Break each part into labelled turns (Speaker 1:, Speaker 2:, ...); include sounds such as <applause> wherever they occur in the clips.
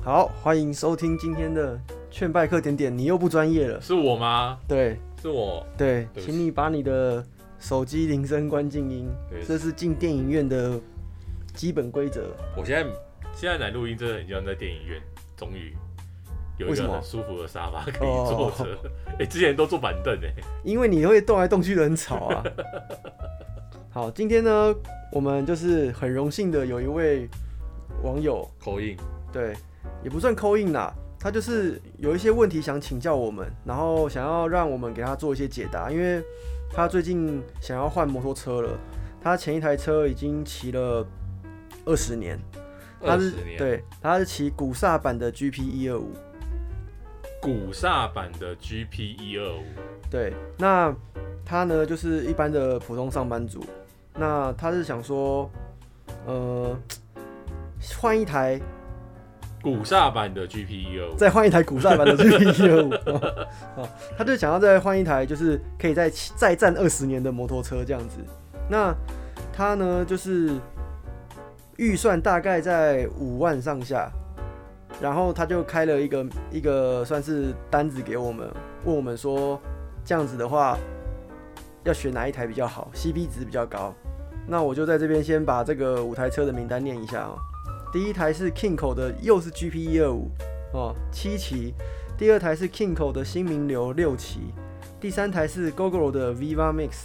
Speaker 1: 好，欢迎收听今天的劝败课点点，你又不专业了。
Speaker 2: 是我吗？
Speaker 1: 对
Speaker 2: 是我。
Speaker 1: 对，
Speaker 2: 对不起
Speaker 1: 请你把你的手机铃声关静音
Speaker 2: 对，
Speaker 1: 这是进电影院的基本规则。
Speaker 2: 我现在现在来录音，真的很像在电影院，终于有
Speaker 1: 为
Speaker 2: 一
Speaker 1: 什
Speaker 2: 个
Speaker 1: 么
Speaker 2: 很舒服的沙发可以坐
Speaker 1: 哦
Speaker 2: 着。 <laughs> 哎、之前都坐板凳哎、
Speaker 1: 因为你会动来动去的很吵
Speaker 2: <laughs>
Speaker 1: 啊。好，今天呢，我们就是很荣幸的有一位网友，
Speaker 2: 口音
Speaker 1: 对，也不算扣印啦，他就是有一些问题想请教我们，然后想要让我们给他做一些解答，因为他最近想要换摩托车了，他前一台车已经骑了二十年，他
Speaker 2: 二
Speaker 1: 是
Speaker 2: 十年，
Speaker 1: 对，他是骑古刹版的 GP 一二五，
Speaker 2: 古刹版的 GP 一二五，
Speaker 1: 对，那他呢就是一般的普通上班族，那他是想说，呃，换一台，
Speaker 2: 古刹版的 GP 一二五，
Speaker 1: 再换一台古赛版的 GP 一二五，哦他就想要再换一台，就是可以再骑再战二十年的摩托车这样子。那他呢就是预算大概在五万上下，然后他就开了一个一个算是单子给我们，问我们说这样子的话要选哪一台比较好，CP 值比较高。那我就在这边先把这个五台车的名单念一下哦。第一台是 Kingco 的，又是 GP 一二五哦，七期；第二台是 Kingco 的新名流六期；第三台是 Gogoro 的 Viva Mix；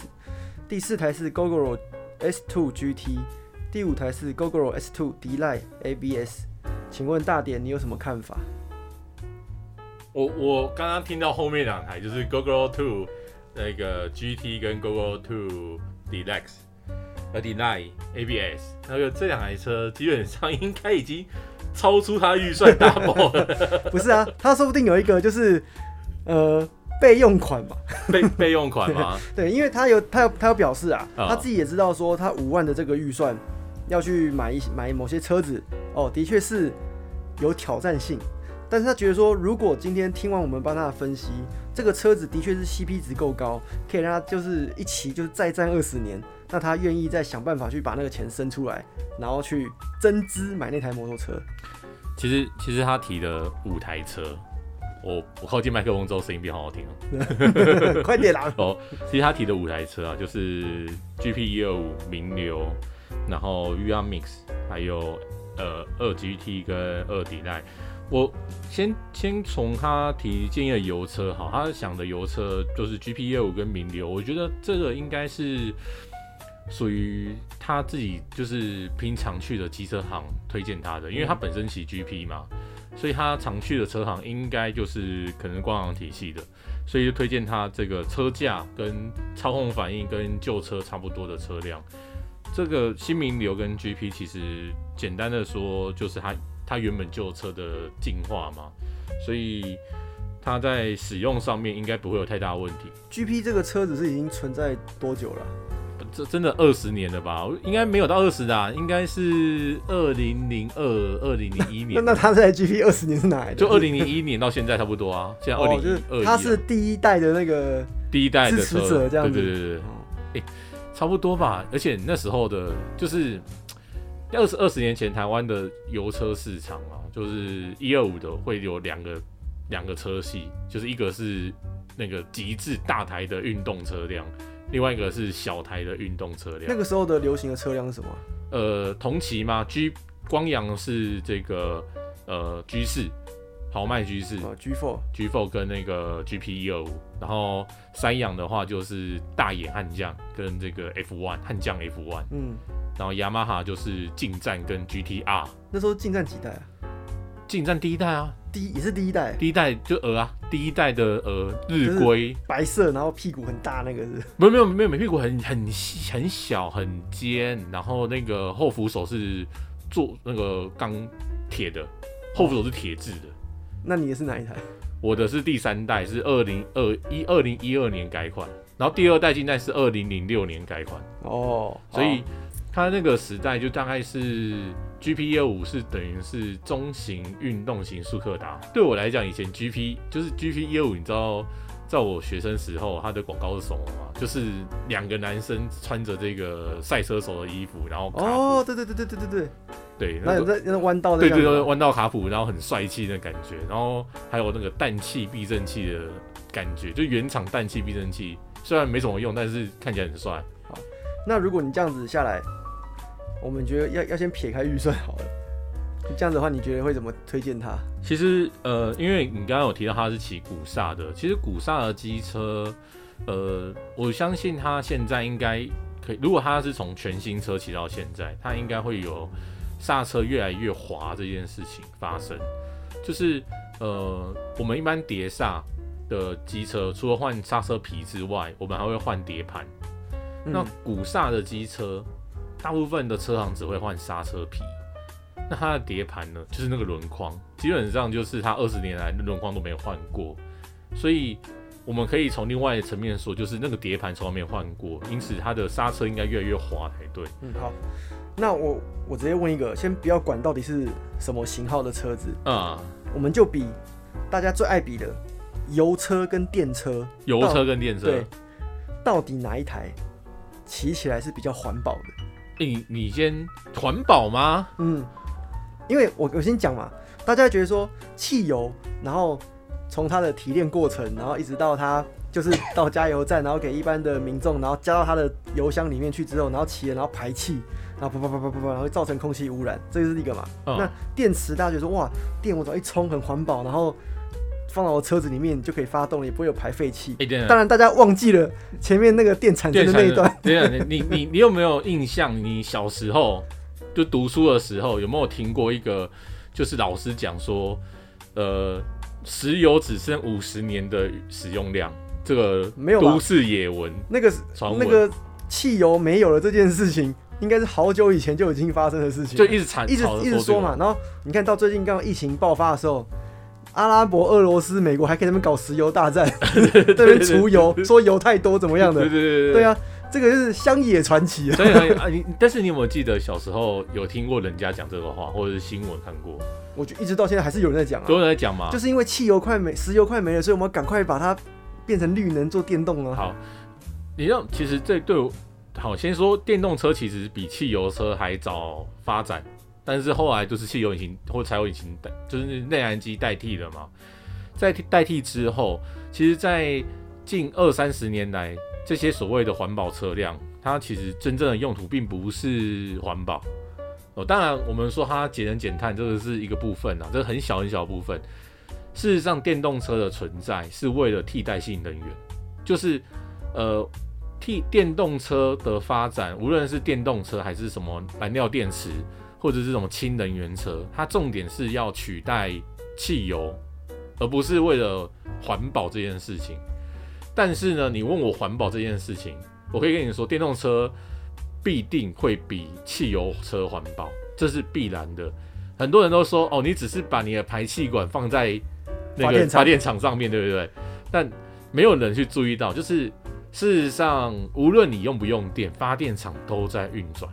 Speaker 1: 第四台是 Gogoro S2 GT；第五台是 Gogoro S2 d l i ABS。请问大典，你有什么看法？
Speaker 2: 我我刚刚听到后面两台就是 GoGo Two 那个 GT 跟 GoGo Two Deluxe。呃 d e l i ABS 那个这两台车基本上应该已经超出它预算 double 了，
Speaker 1: 不是啊，他说不定有一个就是呃备用款嘛。
Speaker 2: <laughs> 备备用款吗？
Speaker 1: 对，因为他有他有他有表示啊，
Speaker 2: 哦
Speaker 1: 他自己也知道说他五万的这个预算要去买一买某些车子，哦，的确是有挑战性。但是他觉得说，如果今天听完我们帮他的分析，这个车子的确是 CP 值够高，可以让他就是一骑就是再战二十年，那他愿意再想办法去把那个钱生出来，然后去增资买那台摩托车。 <laughs>
Speaker 2: 其实其实他提的五台车，我我靠近麦克风之后声音变好好听哦。
Speaker 1: 快点啦！ <laughs>
Speaker 2: 哦，其实他提的五台车啊，就是 GP 一二五、名流，然后 VR Mix，还有呃二 GT 跟二 D Line。我先先从他提建议的油车好，他想的油车就是 GP 一二五跟名流，我觉得这个应该是属于他自己就是平常去的机车行推荐他的，因为他本身骑 GP 嘛，所以他常去的车行应该就是可能光阳体系的。所以就推荐他这个车架跟操控反应跟旧车差不多的车辆。这个新名流跟 GP 其实简单的说，就是它它原本旧车的进化嘛，所以它在使用上面应该不会有太大的问题。
Speaker 1: GP 这个车子是已经存在多久了？
Speaker 2: 这真的二十年了吧？应该没有到二十啦，应该是二零零二、二零零一
Speaker 1: 那
Speaker 2: 年，
Speaker 1: <laughs> 那他这台 GP 二十年是哪来的？
Speaker 2: 就二零零一年到现在差不多啊。现在二
Speaker 1: 哦，
Speaker 2: 零
Speaker 1: 就是
Speaker 2: 二一，
Speaker 1: 他是第一代的那个，
Speaker 2: 第一代的
Speaker 1: 支持
Speaker 2: 车，
Speaker 1: 者这样子
Speaker 2: 对对对对。
Speaker 1: 哦
Speaker 2: 差不多吧。而且那时候的，就是二十二十年前台湾的油车市场啊，就是一二五的会有两个两个车系，就是一个是那个极致大台的运动车辆，另外一个是小台的运动车
Speaker 1: 那
Speaker 2: 辆。
Speaker 1: 个时候的流行的车辆是什么？
Speaker 2: 呃，同期嘛，G 光阳是这个呃 G 四豪迈 G 四。
Speaker 1: 哦 G Four，
Speaker 2: G Four 跟那个 G P 一二五，然后三洋的话就是大野悍将跟这个 F One 悍将 F One，
Speaker 1: 嗯，
Speaker 2: 然后雅马哈就是近战跟 GTR，
Speaker 1: 那时候进站几代啊？
Speaker 2: 近战第一代啊，
Speaker 1: 第一也是第一代，
Speaker 2: 第一代就鹅啊，第一代的鹅日规，
Speaker 1: 白色，然后屁股很大那个是， <laughs>
Speaker 2: 没有没有没有，美屁股很很细很小很尖，然后那个后扶手是做那个钢铁的，后扶手是铁质的。
Speaker 1: 那你的是哪一台？
Speaker 2: 我的是第三代，是二零二一二零一二年改款，然后第二代进代是二零零六年改款。
Speaker 1: 哦，
Speaker 2: 所以它那个时代就大概是 GP 业务是等于是中型运动型速克达。对我来讲，以前 GP 就是 GP E 业务，你知道在我学生时候，它的广告是什么吗？就是两个男生穿着这个赛车手的衣服，然后卡普
Speaker 1: 哦，对对对对对对对，
Speaker 2: 对，
Speaker 1: 然后
Speaker 2: 那
Speaker 1: 有
Speaker 2: 个
Speaker 1: 在那弯道在
Speaker 2: 对
Speaker 1: 干
Speaker 2: 对
Speaker 1: 嘛
Speaker 2: 对，弯道卡普，然后很帅气的感觉，然后还有那个氮气避震器的感觉，就原厂氮气避震器虽然没什么用，但是看起来很帅。
Speaker 1: 那如果你这样子下来，我们觉得要要先撇开预算好了。你这样子的话，你觉得会怎么推荐它？
Speaker 2: 其实呃，因为你刚刚有提到它是骑古刹的，其实古刹的机车，呃，我相信它现在应该可以，如果它是从全新车骑到现在，它应该会有刹车越来越滑这件事情发生。就是呃，我们一般碟刹的机车，除了换刹车皮之外，我们还会换碟盘。
Speaker 1: 嗯
Speaker 2: 那古刹的机车，大部分的车行只会换刹车皮，那它的碟盘呢，就是那个轮框，基本上就是它二十年来的轮框都没有换过，所以我们可以从另外的层面说，就是那个碟盘从来没有换过，因此它的刹车应该越来越滑才对。
Speaker 1: 嗯，好，那我我直接问一个，先不要管到底是什么型号的车子，
Speaker 2: 啊、
Speaker 1: 我们就比大家最爱比的油车跟电车，
Speaker 2: 油车跟电车，
Speaker 1: 对，到底哪一台骑起来是比较环保的？
Speaker 2: 你你先环保吗？
Speaker 1: 嗯，因为我我先讲嘛，大家觉得说汽油，然后从它的提炼过程，然后一直到它就是到加油站，然后给一般的民众，然后加到它的油箱里面去之后，然后骑了，然后排气，然后啪啪啪啪啪啪，然后造成空气污染，这就是一个嘛。
Speaker 2: 嗯
Speaker 1: 那电池大家觉得说哇，电我只要一充很环保，然后放到我车子里面就可以发动了，也不会有排废气。
Speaker 2: 哎、等等
Speaker 1: 当然，大家忘记了前面那个电产生
Speaker 2: 电
Speaker 1: 的
Speaker 2: 车
Speaker 1: 那一段，
Speaker 2: 对啊，你你你你有没有印象？你小时候就读书的时候，有没有听过一个，就是老师讲说，呃，石油只剩五十年的使用量，这个
Speaker 1: 没有吧
Speaker 2: 都市野闻
Speaker 1: <laughs> 那个是
Speaker 2: 传闻，
Speaker 1: 那个汽油没有了这件事情，应该是好久以前就已经发生的事情，
Speaker 2: 就一直产
Speaker 1: 一直
Speaker 2: 吵着
Speaker 1: 一直
Speaker 2: 这个
Speaker 1: 说嘛。然后你看到最近刚刚疫情爆发的时候，阿拉伯、俄罗斯、美国还跟他们搞石油大
Speaker 2: <laughs>
Speaker 1: 战， <laughs> 这边除油，说油太多怎么样
Speaker 2: 对
Speaker 1: 的？
Speaker 2: 对对
Speaker 1: 对。啊，这个就是乡野传奇啊。
Speaker 2: 所以很 <laughs> 啊，你但是你有没有记得小时候有听过人家讲这个话，或者是新闻看过，
Speaker 1: 我就一直到现在还是有人在讲啊
Speaker 2: 都，有人在讲嘛？
Speaker 1: 就是因为汽油快没，石油快没了，所以我们要赶快把它变成绿能做电动啊。
Speaker 2: 好，你让其实这对我好，先说电动车其实比汽油车还早发展，但是后来就是汽油引擎或柴油引擎代，就是内燃机代替了嘛。在替代替之后，其实，在近二三十年来，这些所谓的环保车辆，它其实真正的用途并不是环保。哦，当然，我们说它节能减碳，这个是一个部分啊，这个很小很小的部分。事实上，电动车的存在是为了替代性能源，就是呃，替电动车的发展，无论是电动车还是什么燃料电池，或者是这种氢能源车，它重点是要取代汽油，而不是为了环保这件事情。但是呢，你问我环保这件事情，我可以跟你说，电动车必定会比汽油车环保，这是必然的。很多人都说哦，你只是把你的排气管放在那
Speaker 1: 发
Speaker 2: 个
Speaker 1: 电厂
Speaker 2: 发电厂上面，对不对？但没有人去注意到，就是事实上，无论你用不用电，发电厂都在运转。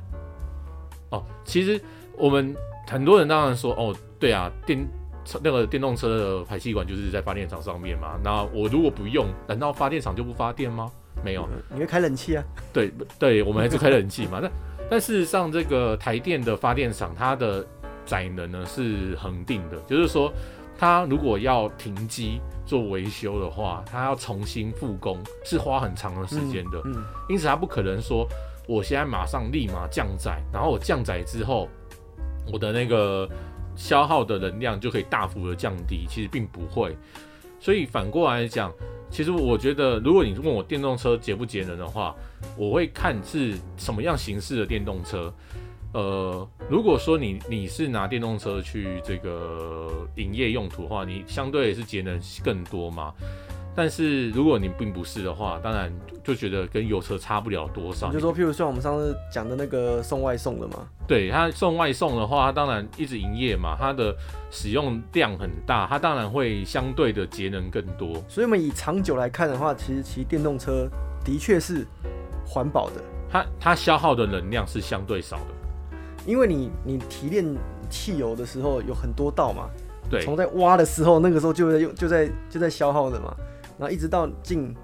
Speaker 2: 哦，其实我们很多人当然说，哦，对啊，电车那个电动车的排气管就是在发电厂上面嘛。那我如果不用，难道发电厂就不发电吗？没
Speaker 1: <laughs>
Speaker 2: 有，
Speaker 1: 你会开冷气啊？
Speaker 2: 对对，我们还是开冷气嘛。但但事实上，这个台电的发电厂它的载能呢是恒定的，就是说它如果要停机做维修的话，它要重新复工是花很长的时间的。
Speaker 1: 嗯，嗯
Speaker 2: 因此它不可能说我现在马上立马降载，然后我降载之后，我的那个消耗的能量就可以大幅的降低，其实并不会。所以反过来讲，其实我觉得，如果你问我电动车节不节能的话，我会看是什么样形式的电动车。呃，如果说你你是拿电动车去这个营业用途的话，你相对是节能更多嘛。但是如果你并不是的话，当然就觉得跟油车差不了多少。
Speaker 1: 你就说，譬如像我们上次讲的那个送外送的嘛，
Speaker 2: 对它送外送的话，它当然一直营业嘛，它的使用量很大，它当然会相对的节能更多。
Speaker 1: 所以我们以长久来看的话，其实骑电动车的确是环保的，
Speaker 2: 它它消耗的能量是相对少的。
Speaker 1: 因为你你提炼汽油的时候有很多道嘛，
Speaker 2: 对，
Speaker 1: 哦从在挖的时候那个时候就在用就在就在消耗的嘛。然后一直到近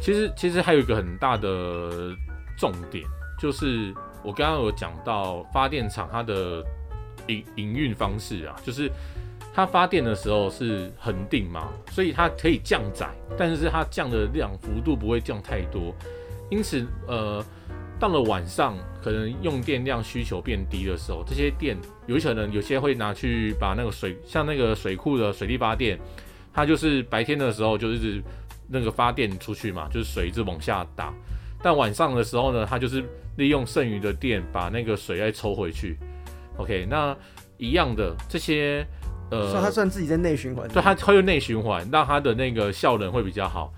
Speaker 2: 其实其实还有一个很大的重点，就是我刚刚有讲到发电厂它的营营运方式啊，就是它发电的时候是恒定嘛，所以它可以降载，但是它降的量幅度不会降太多，因此呃。到了晚上，可能用电量需求变低的时候，这些电有一些人有些会拿去把那个水，像那个水库的水力发电，它就是白天的时候就是那个发电出去嘛，就是水一直往下打。但晚上的时候呢，它就是利用剩余的电把那个水再抽回去。OK，那一样的这些呃，
Speaker 1: 算他算自己在内循环，
Speaker 2: 对它它用内循环，让它的那个效能会比较好。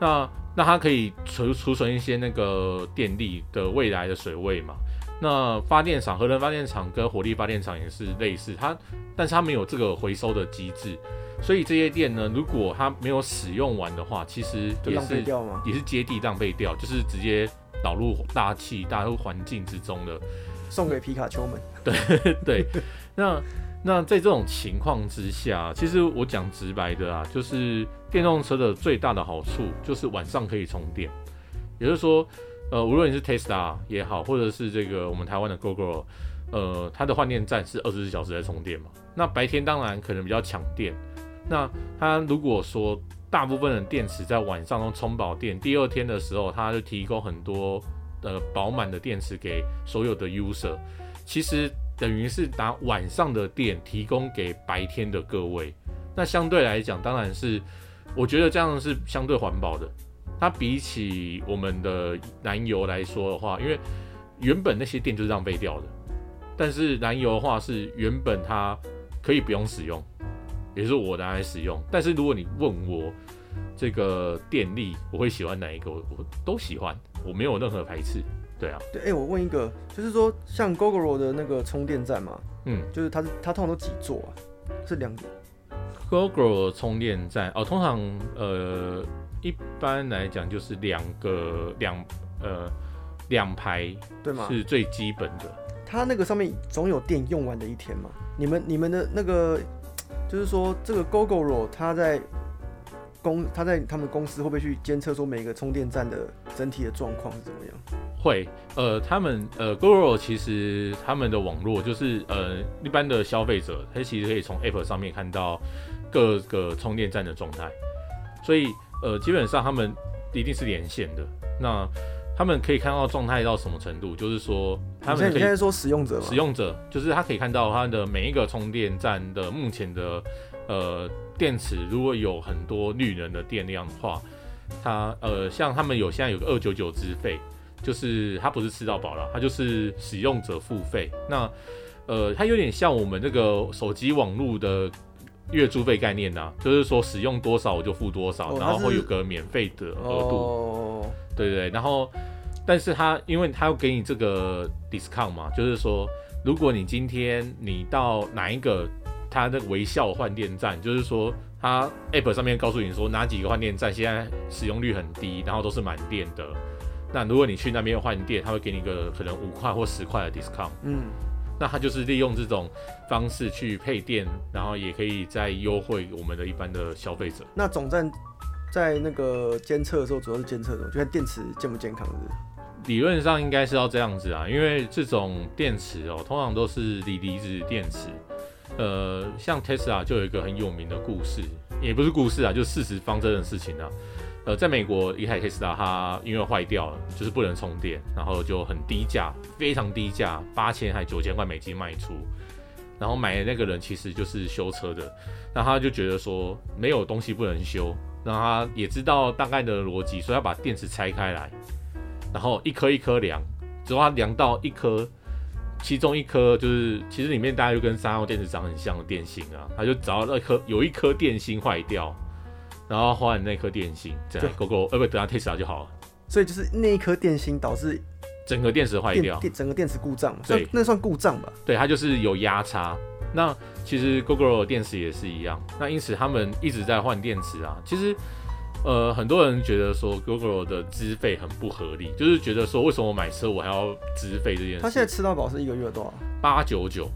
Speaker 2: 那那它可以储储存一些那个电力的未来的水位嘛？那发电厂、核能发电厂跟火力发电厂也是类似，它但是它没有这个回收的机制，所以这些电呢，如果它没有使用完的话，其实
Speaker 1: 就
Speaker 2: 也
Speaker 1: 浪费
Speaker 2: 是
Speaker 1: 掉嘛。
Speaker 2: 也是接地浪费掉，就是直接导入大气、大入环境之中的。
Speaker 1: 送给皮卡丘们，
Speaker 2: <laughs> 对，那那在这种情况之下，其实我讲直白的啊，就是电动车的最大的好处就是晚上可以充电，也就是说，呃，无论你是 Tesla 也好，或者是这个我们台湾的 GoGo，呃，它的换电站是二十四小时在充电嘛。那白天当然可能比较抢电，那它如果说大部分的电池在晚上都充饱电，第二天的时候，它就提供很多呃饱满的电池给所有的 user。其实等于是拿晚上的电提供给白天的各位。那相对来讲，当然是我觉得这样是相对环保的。它比起我们的燃油来说的话，因为原本那些电就是浪费掉的，但是燃油的话是原本它可以不用使用，也就是我拿来使用。但是如果你问我这个电力，我会喜欢哪一个？我我都喜欢，我没有任何排斥。对啊，
Speaker 1: 对，哎、我问一个，就是说像 GoGoRo 的那个充电站嘛，
Speaker 2: 嗯。
Speaker 1: 就是它是它通常都几座啊？是两
Speaker 2: GoGo 充电站哦，通常呃一般来讲就是两个两呃两排
Speaker 1: 对吗？
Speaker 2: 是最基本的，
Speaker 1: 它那个上面总有电用完的一天嘛。你们你们的那个，就是说这个 GoGoRo 它在公它在他们公司会不会去监测说每个充电站的整体的状况是怎么样？
Speaker 2: 会呃他们呃 GoGo 其实他们的网络就是呃一般的消费者，他其实可以从 App 上面看到各个充电站的状态，所以呃基本上他们一定是连线的，那他们可以看到状态到什么程度，就是说他
Speaker 1: 你现在
Speaker 2: 们可
Speaker 1: 你
Speaker 2: 以
Speaker 1: 现在说使用者嘛
Speaker 2: 使，用者，就是他可以看到他的每一个充电站的目前的呃电池，如果有很多绿能的电量的话，它呃像他们有现在有个二九九资费，就是它不是吃到饱了，它就是使用者付费。那呃它有点像我们这个手机网络的。月租费概念呐、就是说使用多少我就付多少，
Speaker 1: 哦
Speaker 2: 然
Speaker 1: 它
Speaker 2: 后会
Speaker 1: 是
Speaker 2: 有个免费的额度。
Speaker 1: 哦，
Speaker 2: 对对，对然后但是他因为他要给你这个 discount 嘛，就是说如果你今天你到哪一个他的微笑换电站，就是说他 app 上面告诉你说哪几个换电站现在使用率很低，然后都是满电的，那如果你去那边换电，他会给你一个可能五块或十块的 discount。
Speaker 1: 嗯，
Speaker 2: 那他就是利用这种方式去配电，然后也可以再优惠我们的一般的消费者。
Speaker 1: 那总站在那个监测的时候，主要是监测什么？就看电池健不健康是不是
Speaker 2: 理论上应该是要这样子啊，因为这种电池哦，通常都是锂离子电池。呃，像 Tesla 就有一个很有名的故事，也不是故事啊，就是事实方针的事情啊。呃，在美国一台 Tesla 它因为坏掉了，就是不能充电，然后就很低价，非常低价，八千还九千块美金卖出。然后买的那个人其实就是修车的，那他就觉得说没有东西不能修，那他也知道大概的逻辑，所以他把电池拆开来，然后一颗一颗量，只要它量到一颗，其中一颗就是其实里面大概就跟三号电池长很像的电芯啊，它就只要那颗有一颗电芯坏掉，然后换那颗电芯，这样 GoGo 呃不等下 Tesla 就好了，
Speaker 1: 所以就是那一颗电芯导致
Speaker 2: 整个电池坏
Speaker 1: 电
Speaker 2: 掉，
Speaker 1: 电整个电池故障嘛，
Speaker 2: 对
Speaker 1: 算那算故障吧？
Speaker 2: 对，它就是有压差。那其实 GoGo 的电池也是一样，那因此他们一直在换电池啊。其实，呃，很多人觉得说 GoGo 的资费很不合理，就是觉得说为什么我买车我还要资费这件事？
Speaker 1: 他现在吃到饱是一个月多少？
Speaker 2: 八九九，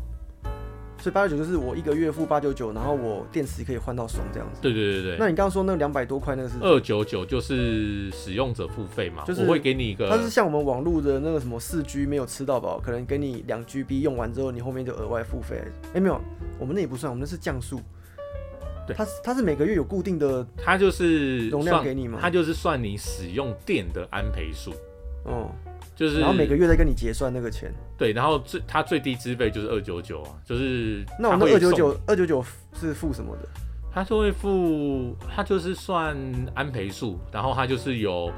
Speaker 1: 所以八九九就是我一个月付八九九，然后我电池可以换到爽这样子。
Speaker 2: 对对对呃
Speaker 1: 那
Speaker 2: 对，
Speaker 1: 你刚刚说那两百多块那个是，
Speaker 2: 二九九就是使用者付费嘛，
Speaker 1: 就是
Speaker 2: 我会给你一
Speaker 1: 它是
Speaker 2: 个，
Speaker 1: 像我们网络的那个什么四 G 没有吃到饱，可能给你两 GB 用完之后，你后面就额外付费。哎、没有，我们那也不算，我们那是降速。
Speaker 2: 对
Speaker 1: 它是它是每个月有固定的，
Speaker 2: 它就是
Speaker 1: 容量
Speaker 2: 算
Speaker 1: 给你吗
Speaker 2: 它就是算你使用电的安培数，
Speaker 1: 哦、
Speaker 2: 就是
Speaker 1: 然后每个月再跟你结算那个钱。
Speaker 2: 对，然后最它最低资费就是二九九啊，就是
Speaker 1: 那我
Speaker 2: 它
Speaker 1: 那
Speaker 2: 会
Speaker 1: 二九
Speaker 2: 送
Speaker 1: 九二九九是付什么的？
Speaker 2: 它就会付，它就是算安培数，然后它就是有，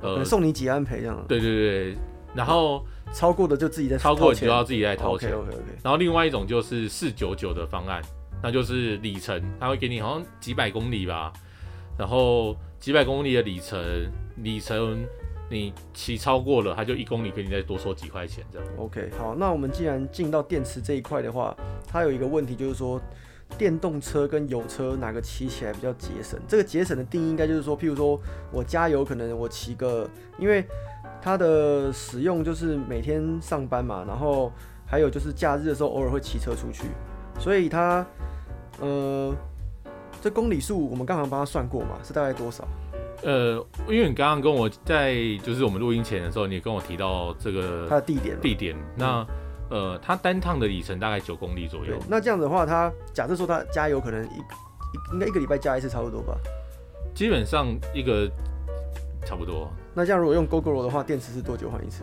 Speaker 1: 可
Speaker 2: 呃
Speaker 1: 能，送你几安培这样，
Speaker 2: 对对对，然后
Speaker 1: 超过的就自己再
Speaker 2: 超过
Speaker 1: 掏
Speaker 2: 你就
Speaker 1: 钱
Speaker 2: 要自己再掏钱。
Speaker 1: OK OK OK，
Speaker 2: 然后另外一种就是四九九的方案，那就是里程，它会给你好像几百公里吧，然后几百公里的里程，里程你骑超过了，它就一公里给你再多收几块钱这样。
Speaker 1: OK，好，那我们既然进到电池这一块的话，它有一个问题就是说，电动车跟油车哪个骑起来比较节省？这个节省的定义应该就是说，譬如说我加油，可能我骑个，因为它的使用就是每天上班嘛，然后还有就是假日的时候偶尔会骑车出去，所以它，呃，这公里数我们刚刚帮它算过嘛，是大概多少？
Speaker 2: 呃，因为你刚刚跟我在就是我们录音前的时候，你也跟我提到这个
Speaker 1: 它的地点嘛。
Speaker 2: 地点。那呃，它单趟的里程大概九公里左
Speaker 1: 对
Speaker 2: 右，，
Speaker 1: 那这样子的话，它假设说它加油可能一一应该一个礼拜加一次差不多吧。
Speaker 2: 基本上一个差不多。
Speaker 1: 那这样如果用 GoGo 的话，电池是多久换一次？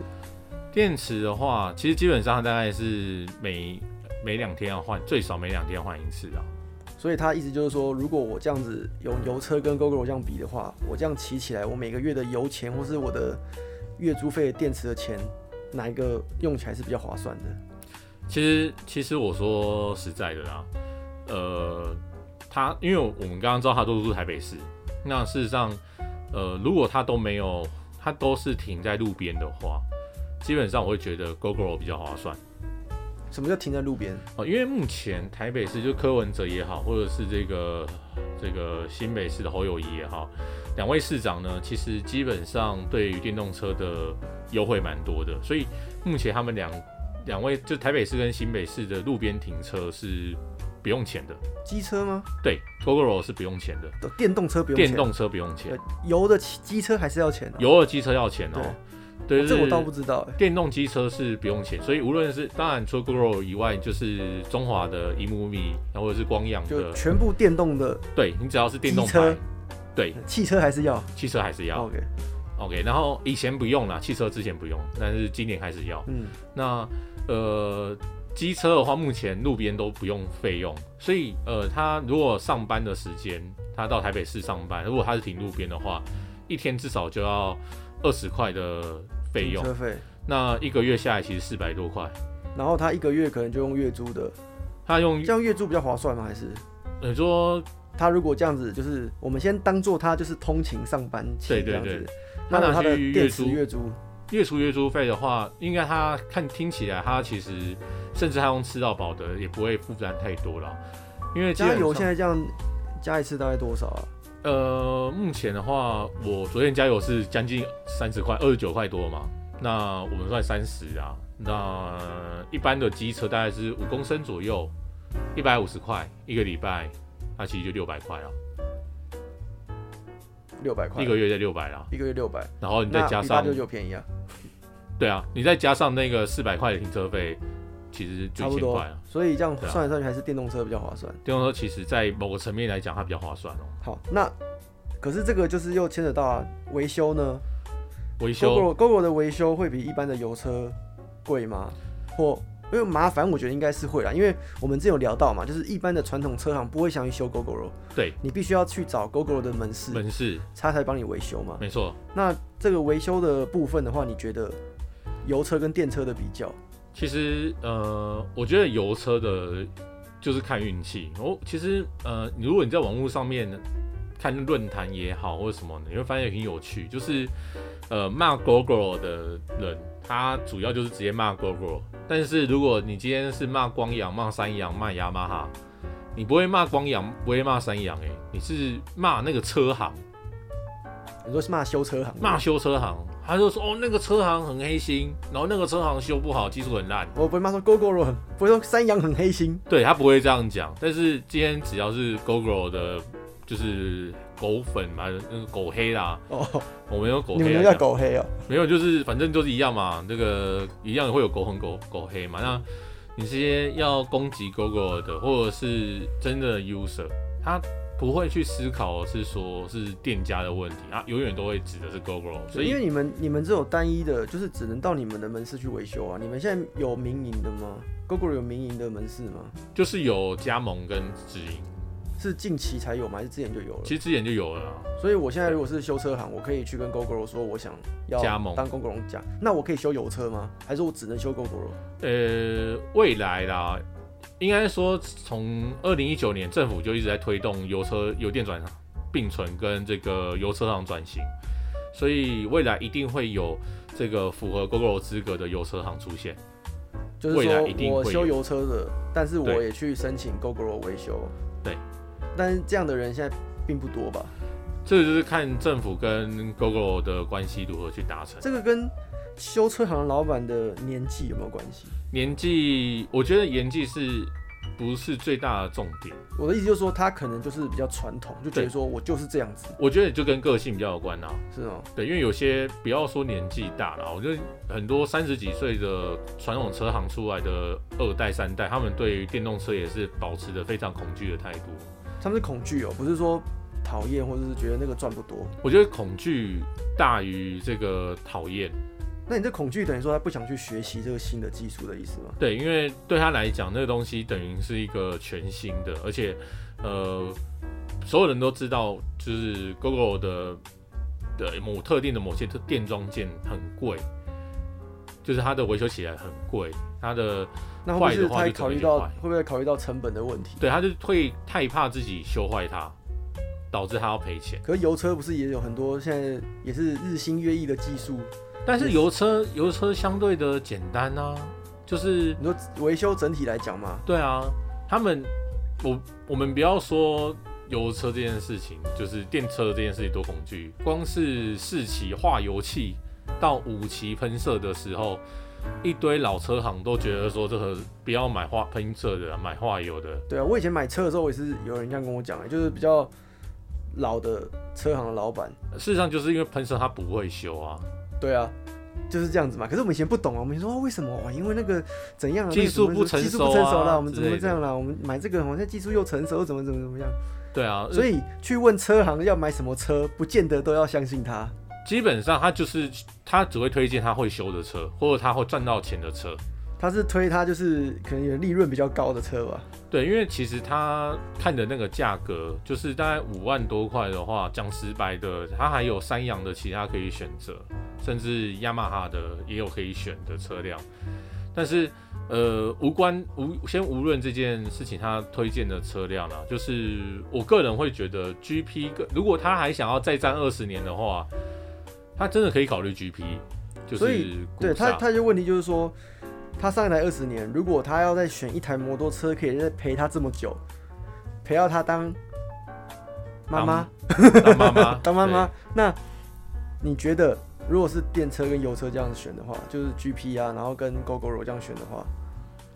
Speaker 2: 电池的话，其实基本上大概是每每两天要换，最少每两天换一次啊。
Speaker 1: 所以他意思就是说，如果我这样子用油车跟 GoGo 这样比的话，我这样骑起来，我每个月的油钱或是我的月租费、电池的钱，哪一个用起来是比较划算的？
Speaker 2: 其实其实我说实在的啦，呃，它因为我们刚刚知道它都住台北市，那事实上，呃，如果它都没有，它都是停在路边的话，基本上我会觉得 GoGo 比较划算。
Speaker 1: 什么叫停在路边？
Speaker 2: 哦，因为目前台北市就柯文哲也好，或者是这个这个新北市的侯友谊也好，两位市长呢，其实基本上对于电动车的优惠蛮多的，所以目前他们两两位就台北市跟新北市的路边停车是不用钱的，
Speaker 1: 机车吗？
Speaker 2: 对 g o g o r o 是不用钱的，
Speaker 1: 呃电动车不用钱，
Speaker 2: 电动车不用钱
Speaker 1: 呃，油的骑机车还是要钱的、
Speaker 2: 油二机车要钱哦、对，
Speaker 1: 这我
Speaker 2: 是
Speaker 1: 倒不知道、欸。
Speaker 2: 电动机车是不用钱，所以无论是当然除了 g o g o r o 以外，就是中华的 E eMovie，然后或者是光阳
Speaker 1: 就
Speaker 2: 的。
Speaker 1: 全部电动的
Speaker 2: 对你只要是电动
Speaker 1: 机车哦
Speaker 2: 牌，对，
Speaker 1: 汽车还是要。
Speaker 2: 汽车还是要、
Speaker 1: OK，
Speaker 2: OK。然后以前不用啦，汽车之前不用，但是今年开始要。
Speaker 1: 嗯，
Speaker 2: 那呃，机车的话，目前路边都不用费用，所以呃，他如果上班的时间，他到台北市上班，如果他是停路边的话，一天至少就要二十块的费用
Speaker 1: 停，车费，
Speaker 2: 那一个月下来其实四百多块。
Speaker 1: 然后他一个月可能就用月租的，
Speaker 2: 他用呃
Speaker 1: 这样月租比较划算吗？还是？
Speaker 2: 你说
Speaker 1: 他如果这样子，就是我们先当做他就是通勤上班骑
Speaker 2: 对
Speaker 1: 这
Speaker 2: 对
Speaker 1: 样
Speaker 2: 对
Speaker 1: 子，那么
Speaker 2: 拿
Speaker 1: 他的
Speaker 2: 去
Speaker 1: 电
Speaker 2: 月
Speaker 1: 池
Speaker 2: 租
Speaker 1: 月租
Speaker 2: 月初月租费的话，应该他看听起来，他其实甚至他用吃到饱的也不会负担太多了，因为基
Speaker 1: 加
Speaker 2: 本
Speaker 1: 油
Speaker 2: 上
Speaker 1: 现在这样加一次大概多少啊？
Speaker 2: 呃目前的话，我昨天加油是将近三十块，二十九块多嘛，那我们算三十啊，那一般的机车大概是五公升左右，一百五十块一个礼拜，那其实就六百块啊，
Speaker 1: 六百块
Speaker 2: 一个月就六百啦，
Speaker 1: 一个月六百，
Speaker 2: 然后你再
Speaker 1: 那
Speaker 2: 加
Speaker 1: 比八
Speaker 2: 上
Speaker 1: 九九便宜啊，
Speaker 2: 对啊，你再加上那个四百块的停车费，其实就
Speaker 1: 差
Speaker 2: 一
Speaker 1: 不
Speaker 2: 千
Speaker 1: 多
Speaker 2: 块了。。
Speaker 1: 所以这样
Speaker 2: 对啊
Speaker 1: 算来算去还是电动车比较划算。
Speaker 2: 电动车其实在某个层面来讲，它比较划算哦。
Speaker 1: 好，那可是这个就是又牵扯到啊维修呢
Speaker 2: 维修，
Speaker 1: ，GoGo GoGo 的维修会比一般的油车贵吗？或因为麻烦，我觉得应该是会啦，因为我们之前有聊到嘛，就是一般的传统车行不会想去修 GoGo 肉，
Speaker 2: 对，
Speaker 1: 你必须要去找 GoGo 的门市，
Speaker 2: 门市
Speaker 1: 他才帮你维修嘛。
Speaker 2: 没错。
Speaker 1: 那这个维修的部分的话，你觉得油车跟电车的比较，
Speaker 2: 其实呃，我觉得油车的就是看运气。哦，其实呃，如果你在网络上面看论坛也好或者什么的，你会发现很有趣，就是呃骂 GoGo 的人，他主要就是直接骂 GoGo。但是如果你今天是骂光阳、骂三阳、骂雅马哈，你不会骂光阳，不会骂三阳，诶，你是骂那个车行。
Speaker 1: 你说是骂修车行，
Speaker 2: 骂修车行，他就说哦，那个车行很黑心，然后那个车行修不好，技术很烂。
Speaker 1: 我不会骂说 GoGo 很，不会说山羊很黑心，
Speaker 2: 对他不会这样讲，但是今天只要是 GoGo 的，就是狗粉嘛，那个狗黑啊啦，
Speaker 1: 哦，
Speaker 2: 我们用狗
Speaker 1: 你们都
Speaker 2: 黑来
Speaker 1: 叫
Speaker 2: 讲，
Speaker 1: 狗黑哦，
Speaker 2: 没有，就是反正就是一样嘛，这个一样会有狗红狗狗黑嘛。那你这些要攻击 GoGo 的，或者是真的 user，他不会去思考是说是店家的问题，他永远都会指的是 GoGo，所
Speaker 1: 因
Speaker 2: 以
Speaker 1: 为你们你们只有单一的，就是只能到你们的门市去维修啊。你们现在有民营的吗？GoGo 有民营的门市吗？
Speaker 2: 就是有加盟跟直营，
Speaker 1: 是近期才有吗？还是之前就有了？
Speaker 2: 其实之前就有了啊。
Speaker 1: 所以我现在如果是修车行，我可以去跟 GoGo 说我想要
Speaker 2: 加盟
Speaker 1: 当 GoGo 讲，那我可以修油车吗？还是我只能修 GoGo？
Speaker 2: 呃，未来啦，应该说从二零一九年政府就一直在推动油车油电转并存跟这个油车行转型，所以未来一定会有这个符合 GoGo 资格的油车行出现。
Speaker 1: 就是
Speaker 2: 未来一
Speaker 1: 说
Speaker 2: 定会有
Speaker 1: 我修油车的，但是我
Speaker 2: 对
Speaker 1: 也去申请 GoGo 维修。
Speaker 2: 对，
Speaker 1: 但是这样的人现在并不多吧？
Speaker 2: 这个就是看政府跟 GoGo 的关系如何去达成。
Speaker 1: 这个跟修车行老板的年纪有没有关系？
Speaker 2: 年纪，我觉得年纪是不是最大的重点？
Speaker 1: 我的意思就是说，他可能就是比较传统，就觉得
Speaker 2: 对
Speaker 1: 说我就是这样子，
Speaker 2: 我觉得就跟个性比较有关啊。
Speaker 1: 是哦。
Speaker 2: 对，因为有些不要说年纪大了，我觉得很多三十几岁的传统车行出来的二代、三代，他们对于电动车也是保持着非常恐惧的态度。
Speaker 1: 他们是恐惧哦，不是说讨厌或者是觉得那个赚不多。
Speaker 2: 我觉得恐惧大于这个讨厌。
Speaker 1: 那你这恐惧等于说他不想去学习这个新的技术的意思吗？
Speaker 2: 对，因为对他来讲，那个东西等于是一个全新的，而且呃，所有人都知道，就是 GoGo 的的某特定的某些特电装件很贵，就是它的维修起来很贵，它的
Speaker 1: 那会不会
Speaker 2: 坏
Speaker 1: 是
Speaker 2: 的话
Speaker 1: 他也
Speaker 2: 就
Speaker 1: 考虑
Speaker 2: 准备
Speaker 1: 到
Speaker 2: 坏
Speaker 1: 会不会考虑到成本的问题？
Speaker 2: 对，他就会太怕自己修坏它，导致他要赔钱。
Speaker 1: 可是油车不是也有很多现在也是日新月异的技术？
Speaker 2: 但是油车油车相对的简单啊，就是
Speaker 1: 你说维修整体来讲嘛，
Speaker 2: 对啊，他们我我们不要说油车这件事情，就是电车这件事情多恐惧，光是四期化油器到五期喷射的时候。一堆老车行都觉得说这个不要买化喷射的，买化油的，
Speaker 1: 对啊，我以前买车的时候也是有人这样跟我讲、就是比较老的车行的老板，
Speaker 2: 事实上就是因为喷射它不会修啊，
Speaker 1: 对啊，就是这样子嘛。可是我们以前不懂啊，我们以前说、哦、为什么哇？因为那个怎样啊？
Speaker 2: 技术
Speaker 1: 那个怎么
Speaker 2: 不成
Speaker 1: 技术
Speaker 2: 熟啊
Speaker 1: 不成熟啦，我们怎么
Speaker 2: 之
Speaker 1: 会
Speaker 2: 类的
Speaker 1: 这样啦？我们买这个，我们现在技术又成熟，又怎么怎么怎么样？
Speaker 2: 对啊，
Speaker 1: 所以去问车行要买什么车，不见得都要相信他。
Speaker 2: 基本上他就是他只会推荐他会修的车，或者他会赚到钱的车。
Speaker 1: 他是推他就是可能有利润比较高的车吧，
Speaker 2: 对，因为其实他看的那个价格，就是大概五万多块的话，讲直白的，他还有三洋的其他可以选择，甚至雅马哈的也有可以选的车辆。但是，呃，无关无先无论这件事情，他推荐的车辆啦、啊就是我个人会觉得 GP，个如果他还想要再战二十年的话，他真的可以考虑 GP，就
Speaker 1: 所
Speaker 2: 是鼓
Speaker 1: 对他
Speaker 2: 刹
Speaker 1: 他的问题就是说，他上一台二十年，如果他要再选一台摩托车，可以再陪他这么久，陪到他当妈妈，
Speaker 2: 当妈妈，
Speaker 1: 当妈妈，那你觉得如果是电车跟油车这样选的话，就是 GP 啊，然后跟 GoGoRo 这样选的话，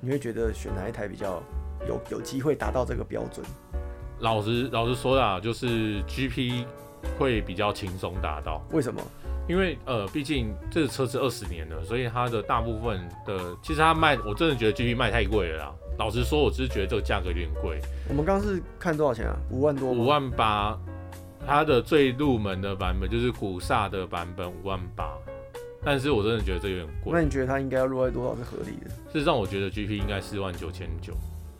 Speaker 1: 你会觉得选哪一台比较有有机会达到这个标准？
Speaker 2: 对。老实老实说啦，就是 GP 会比较轻松达到，
Speaker 1: 为什么？
Speaker 2: 因为呃，毕竟这个车子二十年了，所以它的大部分的，其实它卖，我真的觉得 GP 卖太贵了啦。老实说，我只是觉得这个价格有点贵，
Speaker 1: 我们刚刚是看多少钱啊？五万多吗
Speaker 2: 五万八。它的最入门的版本就是古刹的版本，五万八。但是我真的觉得这有点
Speaker 1: 那
Speaker 2: 贵，
Speaker 1: 你觉得它应该要落在多少是合理的？
Speaker 2: 事实上我觉得 GP 应该四万九千九。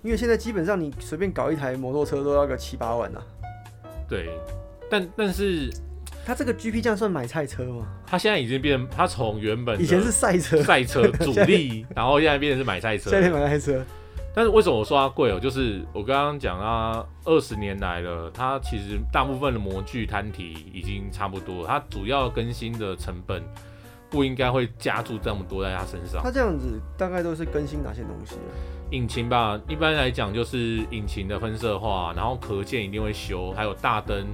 Speaker 1: 因为现在基本上你随便搞一台摩托车都要个七八万呐、啊。
Speaker 2: 对，但但是
Speaker 1: 它这个 GP 这样算买菜车吗？
Speaker 2: 它现在已经变，它从原本的
Speaker 1: 以前是赛车，
Speaker 2: <laughs> 赛
Speaker 1: <laughs>
Speaker 2: 车主力，然后现在变成是买菜车
Speaker 1: 现。在买菜车。
Speaker 2: 但是为什么我说它贵哦？就是我刚刚讲啊，二十年来了，它其实大部分的模具摊体已经差不多了，它主要更新的成本不应该会加注这么多在它身上
Speaker 1: 它。这样子大概都是更新哪些东西、啊？
Speaker 2: 引擎吧，一般来讲就是引擎的分色化，然后壳件一定会修，还有大灯，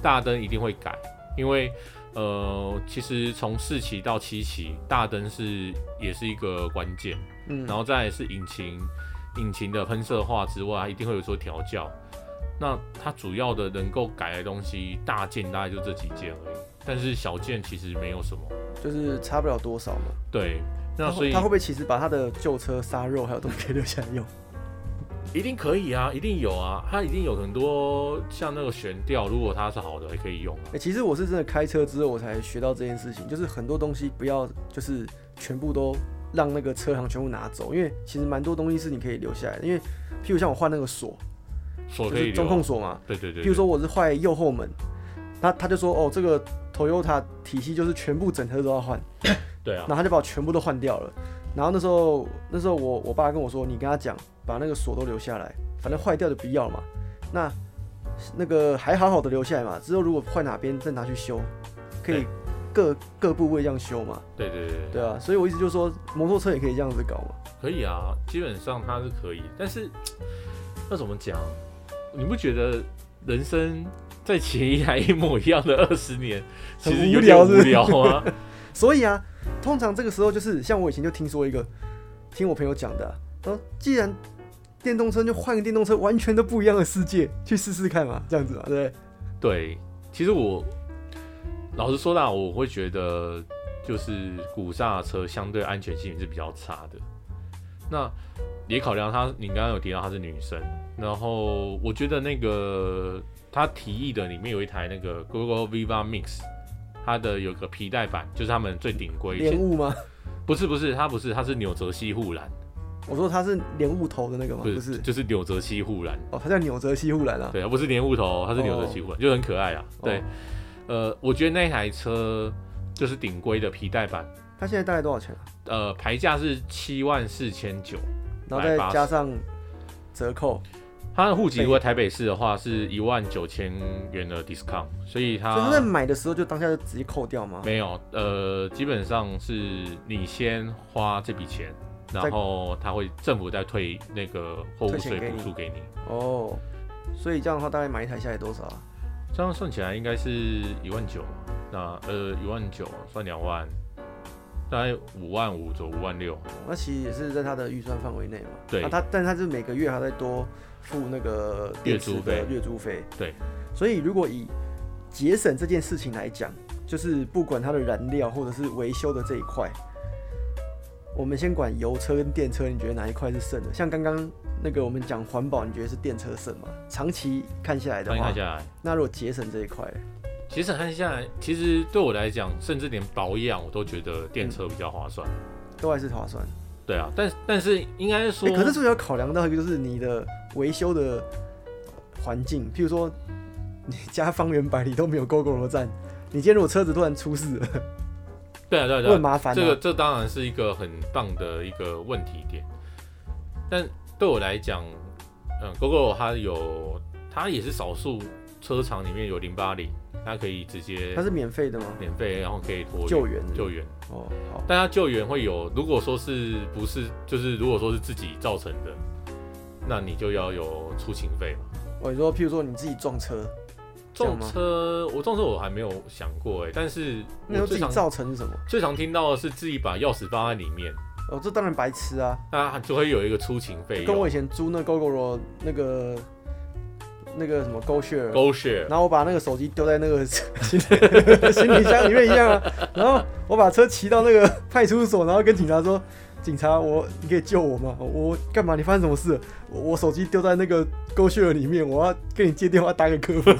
Speaker 2: 大灯一定会改，因为呃，其实从四期到七期，大灯是也是一个关键，
Speaker 1: 嗯，
Speaker 2: 然后再来是引擎，引擎的喷射化之外，它一定会有所调教。那它主要的能够改的东西，大件大概就这几件而已，但是小件其实没有什么。
Speaker 1: 就是差不了多少嘛。
Speaker 2: 对，那
Speaker 1: 他
Speaker 2: 所
Speaker 1: 会
Speaker 2: 以
Speaker 1: 他会不会其实把他的旧车杀肉还有东西留下来
Speaker 2: <laughs>
Speaker 1: 用？
Speaker 2: 一定可以啊，一定有啊，它一定有很多像那个悬吊，如果它是好的，也可以用啊。
Speaker 1: 哎、其实我是真的开车之后我才学到这件事情，就是很多东西不要就是全部都让那个车行全部拿走，因为其实蛮多东西是你可以留下来的。因为譬如像我换那个锁，
Speaker 2: 锁
Speaker 1: 就
Speaker 2: 可
Speaker 1: 是
Speaker 2: 以留
Speaker 1: 中
Speaker 2: 啊，
Speaker 1: 控锁嘛，
Speaker 2: 对对对，
Speaker 1: 譬如说我是坏右后门，那他就说哦，这个 Toyota 体系就是全部整车都要换，
Speaker 2: 对啊
Speaker 1: 然，后他就把我全部都换掉了。然后那时候那时候我我爸跟我说，你跟他讲把那个锁都留下来，反正坏掉的不要嘛。那那个还好好的留下来嘛，之后如果坏哪边再拿去修，可以
Speaker 2: 对
Speaker 1: 各各部位这样修嘛，
Speaker 2: 对对对对，
Speaker 1: 对啊。所以我一直就说摩托车也可以这样子搞嘛，
Speaker 2: 可以啊，基本上它是可以，但是要怎么讲？你不觉得人生在前一台一模一样的二十年，
Speaker 1: 很
Speaker 2: 其
Speaker 1: 无
Speaker 2: 实有点
Speaker 1: 聊是
Speaker 2: 无
Speaker 1: 不是
Speaker 2: 聊吗？
Speaker 1: 所以啊，通常这个时候就是像我以前就听说一个，听我朋友讲的、啊，他说既然电动车就换个电动车，完全都不一样的世界，去试试看嘛，这样子嘛，对不对？
Speaker 2: 对，其实我老实说啦，我会觉得就是古刹车相对安全性是比较差的。那也考量她，你刚刚有提到她是女生，然后我觉得那个她提议的里面有一台那个 Google Viva Mix，它的有个皮带版，就是他们最顶规。
Speaker 1: 莲雾吗？
Speaker 2: 不是不是，它不是，它是纽泽西护栏，
Speaker 1: 我说他是莲雾头的那个吗？
Speaker 2: 不是
Speaker 1: 哦不是，
Speaker 2: 就是纽泽西护栏。
Speaker 1: 哦，他叫纽泽西护栏啊。
Speaker 2: 对，它不是莲雾头，哦它是
Speaker 1: 哦
Speaker 2: 纽泽西护栏，就很可爱啊。对，呃，我觉得那台车就是顶规的皮带版，
Speaker 1: 他现在大概多少钱啊？
Speaker 2: 呃，牌价是七万四千九，
Speaker 1: 然后再
Speaker 2: 180
Speaker 1: 加上折扣，
Speaker 2: 它的户籍如果台北市的话是一万九千元的 discount，所
Speaker 1: 所以
Speaker 2: 以
Speaker 1: 他在
Speaker 2: 它
Speaker 1: 买的时候就当下就直接扣掉吗？
Speaker 2: 没有，呃，基本上是你先花这笔钱，然
Speaker 1: 再
Speaker 2: 后它会政府再退那个货物
Speaker 1: 退钱
Speaker 2: 税
Speaker 1: 给
Speaker 2: 补
Speaker 1: 你
Speaker 2: 助给你，
Speaker 1: 哦，所以这样的话，大概买一台下来多少啊？
Speaker 2: 这样算起来应该是一万九嘛，那呃一万九算两万，大概五万五左右，五万六。
Speaker 1: 那其实也是在他的预算范围内嘛。
Speaker 2: 对
Speaker 1: 啊、他但他是每个月还在多付那个电池的
Speaker 2: 月租费
Speaker 1: 月租费。
Speaker 2: 对。
Speaker 1: 所以如果以节省这件事情来讲，就是不管它的燃料或者是维修的这一块，我们先管油车跟电车，你觉得哪一块是剩的？像刚刚那个我们讲环保，你觉得是电车剩吗？长期看下来的
Speaker 2: 看
Speaker 1: 话
Speaker 2: 看，下来，
Speaker 1: 那如果节省这一块，
Speaker 2: 其实看下来，其实对我来讲，甚至连保养我都觉得电车比较划算。
Speaker 1: 都还是划算。
Speaker 2: 对啊，但但是应该说，
Speaker 1: 欸可是这个要考量到一个，就是你的维修的环境，譬如说你家方圆百里都没有 GoGo 站，你今天如果车子突然出事了，
Speaker 2: 对啊对啊
Speaker 1: 会
Speaker 2: 对
Speaker 1: 很
Speaker 2: 啊，
Speaker 1: 麻烦、啊。
Speaker 2: 这个这当然是一个很棒的一个问题点。但对我来讲，嗯，GoGo 它有，它也是少数车厂里面有零八零，它可以直接
Speaker 1: 它是免费的吗？
Speaker 2: 免费，然后可以拖
Speaker 1: 救援是不是
Speaker 2: 救援。
Speaker 1: 哦，好，
Speaker 2: 但它救援会有，如果说是不是就是如果说是自己造成的，那你就要有出勤费嘛。
Speaker 1: 我哦你说，譬如说你自己撞车，这样
Speaker 2: 撞
Speaker 1: 吗
Speaker 2: 车，我撞车我还没有想过哎、但是
Speaker 1: 那要
Speaker 2: 我
Speaker 1: 自
Speaker 2: 最
Speaker 1: 己
Speaker 2: 常
Speaker 1: 造成是什么？
Speaker 2: 最常听到的是自己把钥匙放在里面，
Speaker 1: 哦，这当然白痴啊，
Speaker 2: 那就会有一个出勤费
Speaker 1: 跟我
Speaker 2: 用
Speaker 1: 以前租那 GoGo 那个那个什么 GoShare。
Speaker 2: ，Go Share，
Speaker 1: 然后我把那个手机丢在那个 <laughs> 行李行李箱里面一样啊。然后我把车骑到那个派出所，然后跟警察说：“警察，我你可以救我吗？我干嘛？你发生什么事了？我我手机丢在那个沟穴里面，我要跟你接电话打给客服。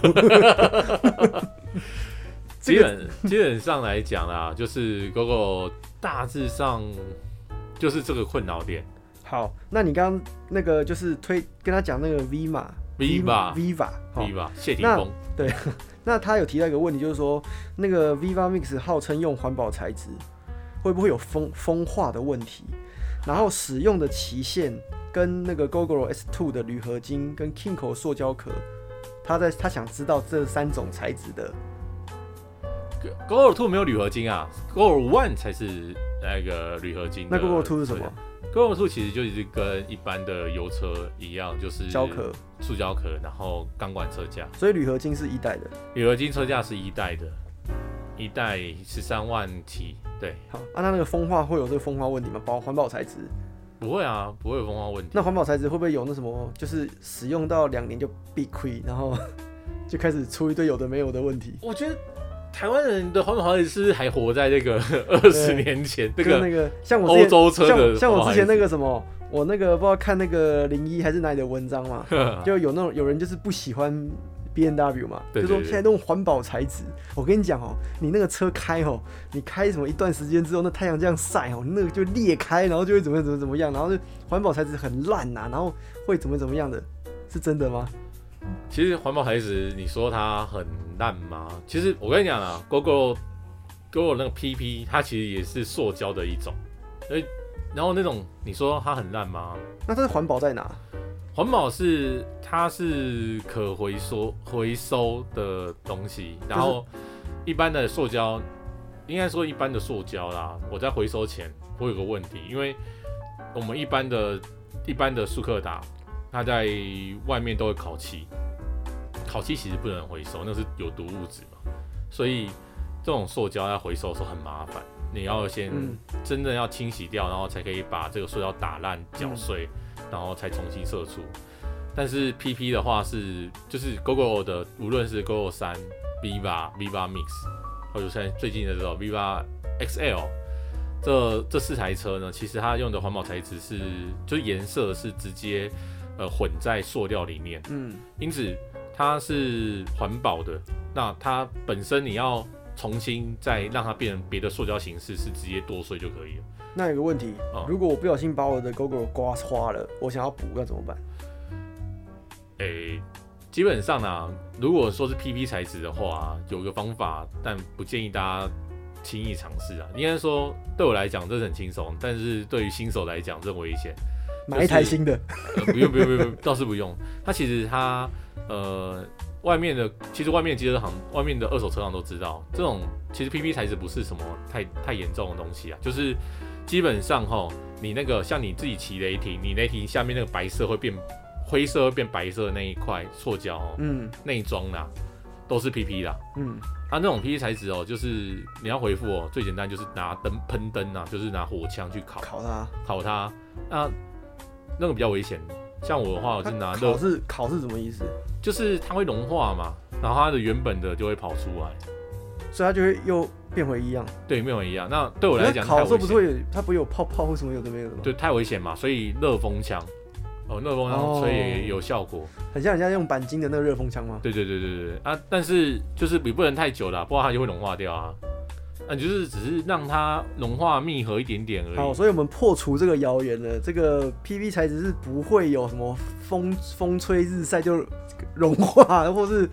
Speaker 2: 基本基本上来讲啦，就是 GoGo 大致上就是这个困扰点。”
Speaker 1: 好，那你刚刚那个就是推跟他讲那个 V 码
Speaker 2: Viva
Speaker 1: Viva 好
Speaker 2: v i v a 谢霆
Speaker 1: 那
Speaker 2: 锋，
Speaker 1: 那他有提到一个问题，就是说那个 Viva Mix 号称用环保材质，会不会有风风化的问题？然后使用的期限跟那个 GoGo S2 的铝合金跟 Kinko 塑胶壳，他在他想知道这三种材质的
Speaker 2: GoGo Two 没有铝合金啊，GoGo One 才是那个铝合金的。
Speaker 1: 那 GoGo 2是什
Speaker 2: 啊
Speaker 1: 么？
Speaker 2: ？GoGo Two 其实就是跟一般的油车一样，就是
Speaker 1: 胶、壳，
Speaker 2: 塑胶壳，然后钢管车架。
Speaker 1: 所以铝合金是一代的。
Speaker 2: 铝合金车架是一代的，一代十三万起，对，
Speaker 1: 好啊，那那个风化会有这个风化问题吗？保环保材质，
Speaker 2: 不会啊，不会有风化问题。
Speaker 1: 那环保材质会不会有那什么，就是使用到两年就必亏，然后 <laughs> 就开始出一堆有的没有的问题？
Speaker 2: 我觉得台湾人的环保好像是还活在这 <laughs> 个二十年前这
Speaker 1: 跟
Speaker 2: 个
Speaker 1: 那个像我之
Speaker 2: 欧
Speaker 1: 前
Speaker 2: 洲车的
Speaker 1: 像像我之前那
Speaker 2: 个
Speaker 1: 个什么，我那个不知道看那个零一还是哪里的文章嘛，就有那种有人就是不喜欢 B N W 嘛，
Speaker 2: 啊对
Speaker 1: 就
Speaker 2: 对
Speaker 1: 说
Speaker 2: 对
Speaker 1: 现在用环保材质。我跟你讲哦、你那个车开哦、你开什么一段时间之后，那太阳这样晒哦、那个就裂开，然后就会怎么怎么怎么样，然后就环保材质很烂呐、然后会怎么怎么样的，是真的吗？
Speaker 2: 其实环保材质，你说它很烂吗？其实我跟你讲啊，GoGo GoGo 那个 PP，它其实也是塑胶的一种，所以然后那种你说它很烂吗？
Speaker 1: 那它的环保在哪？
Speaker 2: 环保是它是可回收回收的东西，然后一般的塑胶，应该说一般的塑胶啦，我在回收前我有个问题，因为我们一般的一般的速克达，它在外面都会烤漆，烤漆其实不能回收，那是有毒物质嘛，所以这种塑胶要回收的时候很麻烦，你要先
Speaker 1: 嗯
Speaker 2: 真的要清洗掉，然后才可以把这个塑料打烂、搅碎，然后才重新射出。但是 PP 的话是就是 GoGo 的，无论是 GoGo 三、Viva、Viva Mix，或者现在最近的这种 Viva XL，这这四台车呢，其实它用的环保材质是就颜色是直接呃混在塑料里面，
Speaker 1: 嗯，
Speaker 2: 因此它是环保的。那它本身你要重新再让它变成别的塑胶形式，是直接剁碎就可以了。
Speaker 1: 那有个问题，
Speaker 2: 哦
Speaker 1: 如果我不小心把我的 GoGo 刮花了，我想要补要怎么办？
Speaker 2: 诶、基本上呢、如果说是 PP 材质的话，有个方法，但不建议大家轻易尝试啊。应该说，对我来讲这是很轻松，但是对于新手来讲这很危险。
Speaker 1: 买一台
Speaker 2: 就是
Speaker 1: 新的，
Speaker 2: 呃，不用不用不用，不用倒是不用。它其实它呃，外面的其实外面的机车行、外面的二手车行都知道，这种其实 PP 材质不是什么太太严重的东西啊，就是基本上哈，你那个像你自己骑雷霆，你雷霆下面那个白色会变灰色会变白色的那一块塑胶哦，
Speaker 1: 嗯
Speaker 2: 内装啦，都是 PP 啦。
Speaker 1: 嗯，
Speaker 2: 它、那种 PP 材质哦，就是你要回复哦，最简单就是拿灯喷灯啊，就是拿火枪去烤
Speaker 1: 烤它，
Speaker 2: 烤它，那那个比较危险。像我的啊话，我是拿热
Speaker 1: 烤，是烤是什么意思？
Speaker 2: 就是它会融化嘛，然后它的原本的就会跑出来，
Speaker 1: 所以它就会又变回一样。
Speaker 2: 对，没有一样。那对我来讲
Speaker 1: 烤
Speaker 2: 太
Speaker 1: 的时候
Speaker 2: 危
Speaker 1: 不是
Speaker 2: 险，
Speaker 1: 会有它不会有泡泡或什么有的没有的吗？
Speaker 2: 对，太危险嘛，所以热风枪，哦，热风
Speaker 1: 哦
Speaker 2: 枪吹也有效果，
Speaker 1: 很像人家用钣金的那个热风枪吗？
Speaker 2: 对对对对对啊，但是就是你不能太久了、不然它就会融化掉啊。啊，你就是只是让它融化密合一点点而
Speaker 1: 好，
Speaker 2: 已。
Speaker 1: 所以我们破除这个谣言了。这个 PV 材质是不会有什么风风吹日晒就融化，或是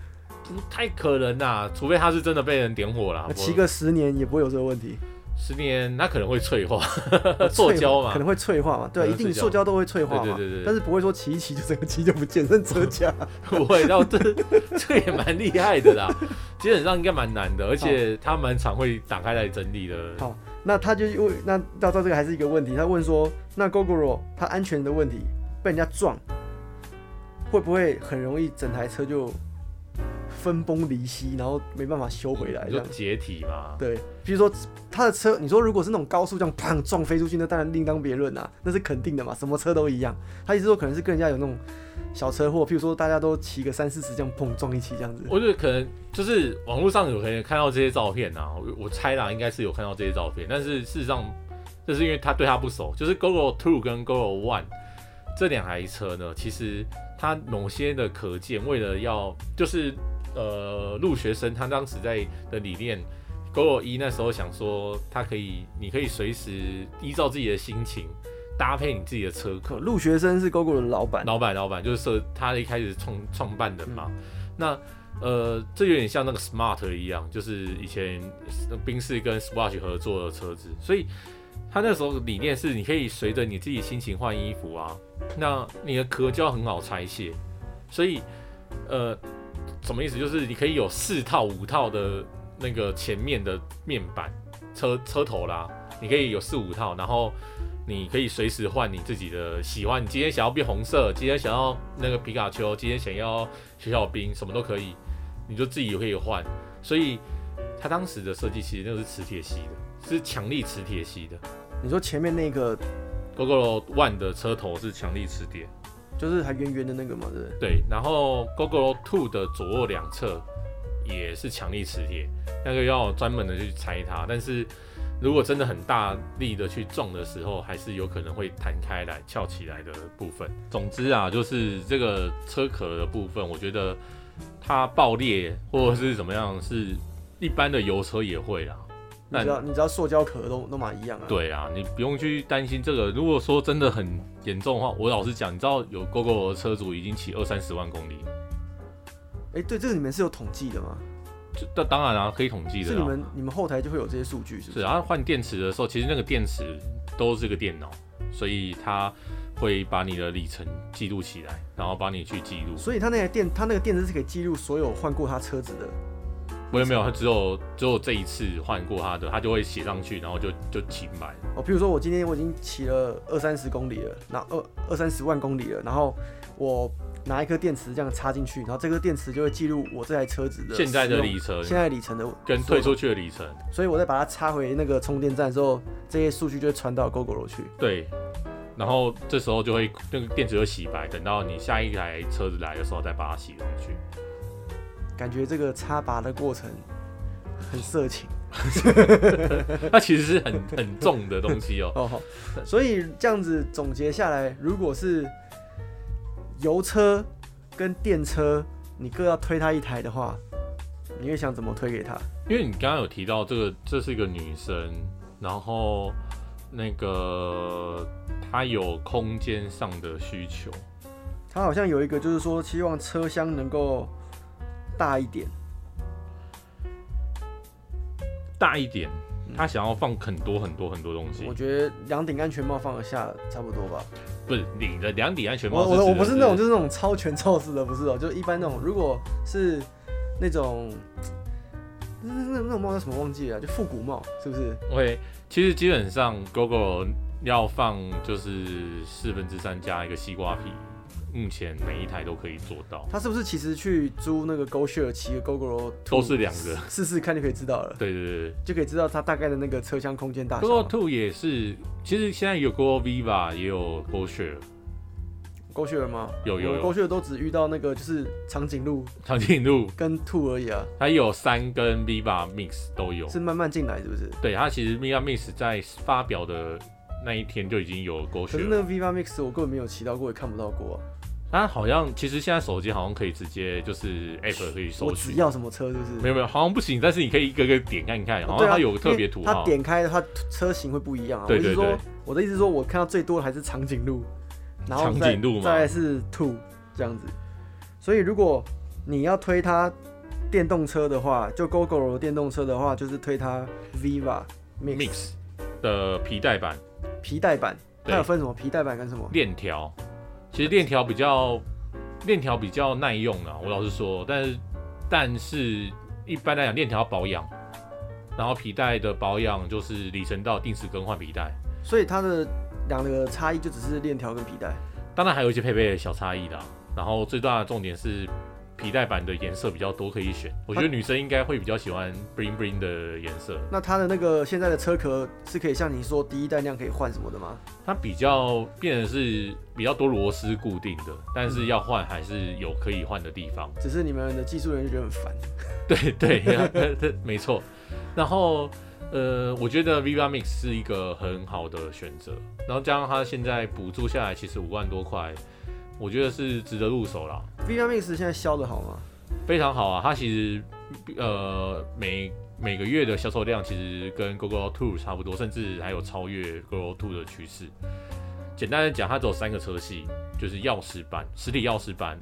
Speaker 2: 不太可能啦、除非它是真的被人点火啦。
Speaker 1: 骑个十年也不会有这个问题。
Speaker 2: 十年，它可能会脆
Speaker 1: <laughs>
Speaker 2: 化， <laughs> 呃塑胶嘛
Speaker 1: 可。能会脆化嘛？对啊，
Speaker 2: 可
Speaker 1: 一
Speaker 2: 能
Speaker 1: 定
Speaker 2: 是这样
Speaker 1: 塑胶都会脆化嘛。
Speaker 2: 对对对对
Speaker 1: 但是不会说骑一骑就整个 <laughs> 骑就不见，剩车
Speaker 2: <laughs>
Speaker 1: 架。
Speaker 2: 不会，然后这这也蛮厉害的啦， <laughs> 基本上应该蛮难的，而且他蛮常会打开来整理的。
Speaker 1: 好那他就问，那到到这个还是一个问题。他问说，那 GoGoRo 它安全的问题被人家撞，会不会很容易整台车就分崩离析，然后没办法修回来
Speaker 2: 你
Speaker 1: 这
Speaker 2: 说
Speaker 1: 样？
Speaker 2: 解体嘛？
Speaker 1: 对，比如说他的车，你说如果是那种高速这样砰撞飞出去，那当然另当别论啊，那是肯定的嘛，什么车都一样。他意思说可能是跟人家有那种小车祸，譬如说大家都骑个三四十这样砰撞一起这样子。
Speaker 2: 我觉得可能就是网络上有可能看到这些照片啊，我我猜啦，应该是有看到这些照片，但是事实上，这是因为他对他不熟，就是 GoGo Two 跟 GoGo One 这两台车呢，其实它某些的可见，为了要就是呃入学生，他当时在的理念。GoGo 一那时候想说，它可以，你可以随时依照自己的心情搭配你自己的车
Speaker 1: 可
Speaker 2: 款。
Speaker 1: 陆学生是 GoGo 的老板，
Speaker 2: 老板，老板就是设他一开始创创办人嘛。那呃，这有点像那个 Smart 一样，就是以前呃宾士跟 Swatch 合作的车子，所以他那时候理念是你可以随着你自己心情换衣服啊。那你的壳就要很好拆卸，所以呃，什么意思？就是你可以有四套、五套的那个前面的面板、车车头啦，你可以有四五套，然后你可以随时换你自己的喜欢。你今天想要变红色，今天想要那个皮卡丘，今天想要小小兵，什么都可以，你就自己可以换。所以它当时的设计其实那个是磁铁吸的，是强力磁铁吸的。
Speaker 1: 你说前面那个
Speaker 2: GoGo One 的车头是强力磁铁，
Speaker 1: 就是还圆圆的那个嘛，对不对？
Speaker 2: 对，然后 GoGo Two 的左右两侧也是强力磁铁，那个要专门的去拆它。但是如果真的很大力的去撞的时候，还是有可能会弹开来、翘起来的部分。总之啊，就是这个车壳的部分，我觉得它爆裂或者是怎么样，是一般的油车也会啦。
Speaker 1: 你
Speaker 2: 那
Speaker 1: 知道你知道塑胶壳都都嘛一样啊，，
Speaker 2: 对啊，你不用去担心这个。如果说真的很严重的话，我老实讲，你知道有 GoGo 的车主已经骑二三十万公里了。
Speaker 1: 哎，对，这个你们是有统计的吗？
Speaker 2: 这这当然啊，可以统计
Speaker 1: 是
Speaker 2: 的
Speaker 1: 你
Speaker 2: 啦。
Speaker 1: 们你们后台就会有这些数据，是不
Speaker 2: 是
Speaker 1: 是？
Speaker 2: 啊，换电池的时候，其实那个电池都是个电脑，所以它会把你的里程记录起来，然后帮你去记录。
Speaker 1: 所以他那台电，他那个电池是可以记录所有换过他车子的。
Speaker 2: 没有没有，它只有只有这一次换过它的，它就会写上去，然后就就停摆。
Speaker 1: 哦，譬如说我今天我已经骑了二三十公里了，那二二三十万公里了，然后我拿一颗电池这样插进去，然后这颗电池就会记录我这台车子的
Speaker 2: 现在的
Speaker 1: 使用
Speaker 2: 里程
Speaker 1: 现在里程的
Speaker 2: 跟
Speaker 1: 所
Speaker 2: 退
Speaker 1: 有
Speaker 2: 出去的里程，
Speaker 1: 所以我再把它插回那个充电站之后，这些数据就会传到 GoGo 去。
Speaker 2: 对。然后这时候就会那个电池就洗白，等到你下一台车子来的时候再把它洗上去。 <laughs>
Speaker 1: 感觉这个插拔的过程很色情。
Speaker 2: 它其实是很很重的东西哦
Speaker 1: 哦。所以这样子总结下来，如果是油车跟电车，你各要推它一台的话，你会想怎么推给他？
Speaker 2: 因为你刚刚有提到这个，这是一个女生，然后那个她有空间上的需求，
Speaker 1: 他好像有一个就是说，希望车厢能够大一点。
Speaker 2: 大一点，她想要放很多很多很多东西
Speaker 1: 嗯我。觉得两顶安全帽放得下，差不多吧。
Speaker 2: 不是你的两顶安全帽
Speaker 1: 我
Speaker 2: 指的
Speaker 1: 我我不是那种
Speaker 2: 是
Speaker 1: 就是那种超全罩式的，不是哦、就一般那种。如果是那种那那那种帽叫什么忘记了，就复古帽是不是？
Speaker 2: 会，其实基本上 GoGo 要放就是四分之三加一个西瓜皮，目前每一台都可以做到，
Speaker 1: 他是不是其实去租那个 GoShare 骑个 GoGo
Speaker 2: 都是两个。
Speaker 1: 试试看就可以知道了，
Speaker 2: 对对对对。
Speaker 1: 就可以知道它大概的那个车厢空间大
Speaker 2: g o
Speaker 1: 小
Speaker 2: o。Two 也是，其实现在有 g o Viva，也有 g o Share，
Speaker 1: GoShare 吗？
Speaker 2: 有有有
Speaker 1: GoShare 都只遇到那个就是长颈鹿
Speaker 2: 长颈鹿
Speaker 1: 跟兔而已啊，
Speaker 2: 它有三跟 Viva Mix 都有。
Speaker 1: 是慢慢进来是不是？
Speaker 2: 对，它其实 Viva Mix 在发表的那一天就已经有勾
Speaker 1: 可
Speaker 2: 选
Speaker 1: 是那
Speaker 2: 了。
Speaker 1: 个 Viva Mix 我根本没有骑到过，也看不到过、啊。
Speaker 2: 它好像其实现在手机好像可以直接就是 App 可以
Speaker 1: 我
Speaker 2: 搜
Speaker 1: 只
Speaker 2: 取，
Speaker 1: 要什么车是不是？
Speaker 2: 没有没有，好像不行，但是你可以一个个点看一看，好
Speaker 1: 对啊
Speaker 2: 像哦它有特别图
Speaker 1: 它
Speaker 2: 号。
Speaker 1: 点开它车型会不一样啊。
Speaker 2: 对
Speaker 1: 我的意思
Speaker 2: 对对
Speaker 1: 说，我的意思是说我看到最多的还是长颈鹿，然后
Speaker 2: 长
Speaker 1: 再
Speaker 2: 颈鹿嘛
Speaker 1: 再来是兔这样子。所以如果你要推它电动车的话，就 GoGo 的电动车的话，就是推它 Viva Mix,
Speaker 2: Mix 的皮带版
Speaker 1: 皮带版，
Speaker 2: 对
Speaker 1: 它有分什么皮带版跟什么？
Speaker 2: 链条，其实链条比较链条比较耐用啊，我老实说，但是但是一般来讲链条保养，然后皮带的保养就是里程到定时更换皮带。
Speaker 1: 所以它的两个差异就只是链条跟皮带。
Speaker 2: 当然还有一些配备的小差异啦。然后最大的重点是皮带版的颜色比较多可以选，我觉得女生应该会比较喜欢 bling bling 的颜色，
Speaker 1: 那它的那个现在的车壳是可以像你说第一代那样可以换什么的吗？
Speaker 2: 它比较变成是比较多螺丝固定的，但是要换还是有可以换的地方。 <laughs>
Speaker 1: 只是你们的技术人员就觉得很烦。
Speaker 2: 对对，对没错。然后呃，我觉得 Viva Mix 是一个很好的选择，然后加上它现在补助下来其实五万多块，我觉得是值得入手啦。
Speaker 1: Viva Mix 现在销的好吗？
Speaker 2: 非常好啊，它其实呃每每个月的销售量其实跟 GoGo Two 差不多，甚至还有超越 GoGo Two 的趋势。简单的讲，它只有三个车系，就是钥匙版、实体钥匙版、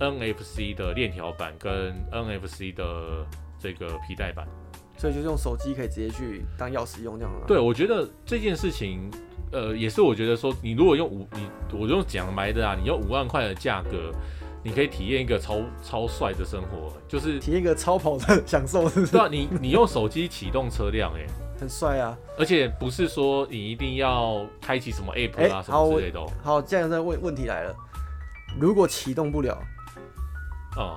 Speaker 2: NFC 的链条版跟 NFC 的这个皮带版。
Speaker 1: 所以就是用手机可以直接去当钥匙用这样啊的。
Speaker 2: 对，我觉得这件事情，呃，也是我觉得说，你如果用五，你我用讲白的啊，你用五万块的价格，你可以体验一个超超帅的生活，就是
Speaker 1: 体验一个超跑的享受，是不是
Speaker 2: 对啊，你 <laughs> 你用手机启动车辆、欸，
Speaker 1: 很帅啊？
Speaker 2: 而且不是说你一定要开启什么 app 啊、
Speaker 1: 哎
Speaker 2: 什
Speaker 1: 好
Speaker 2: 么
Speaker 1: 我
Speaker 2: 之类的、哦，
Speaker 1: 好，这样的问问题来了，如果启动不了，
Speaker 2: 嗯，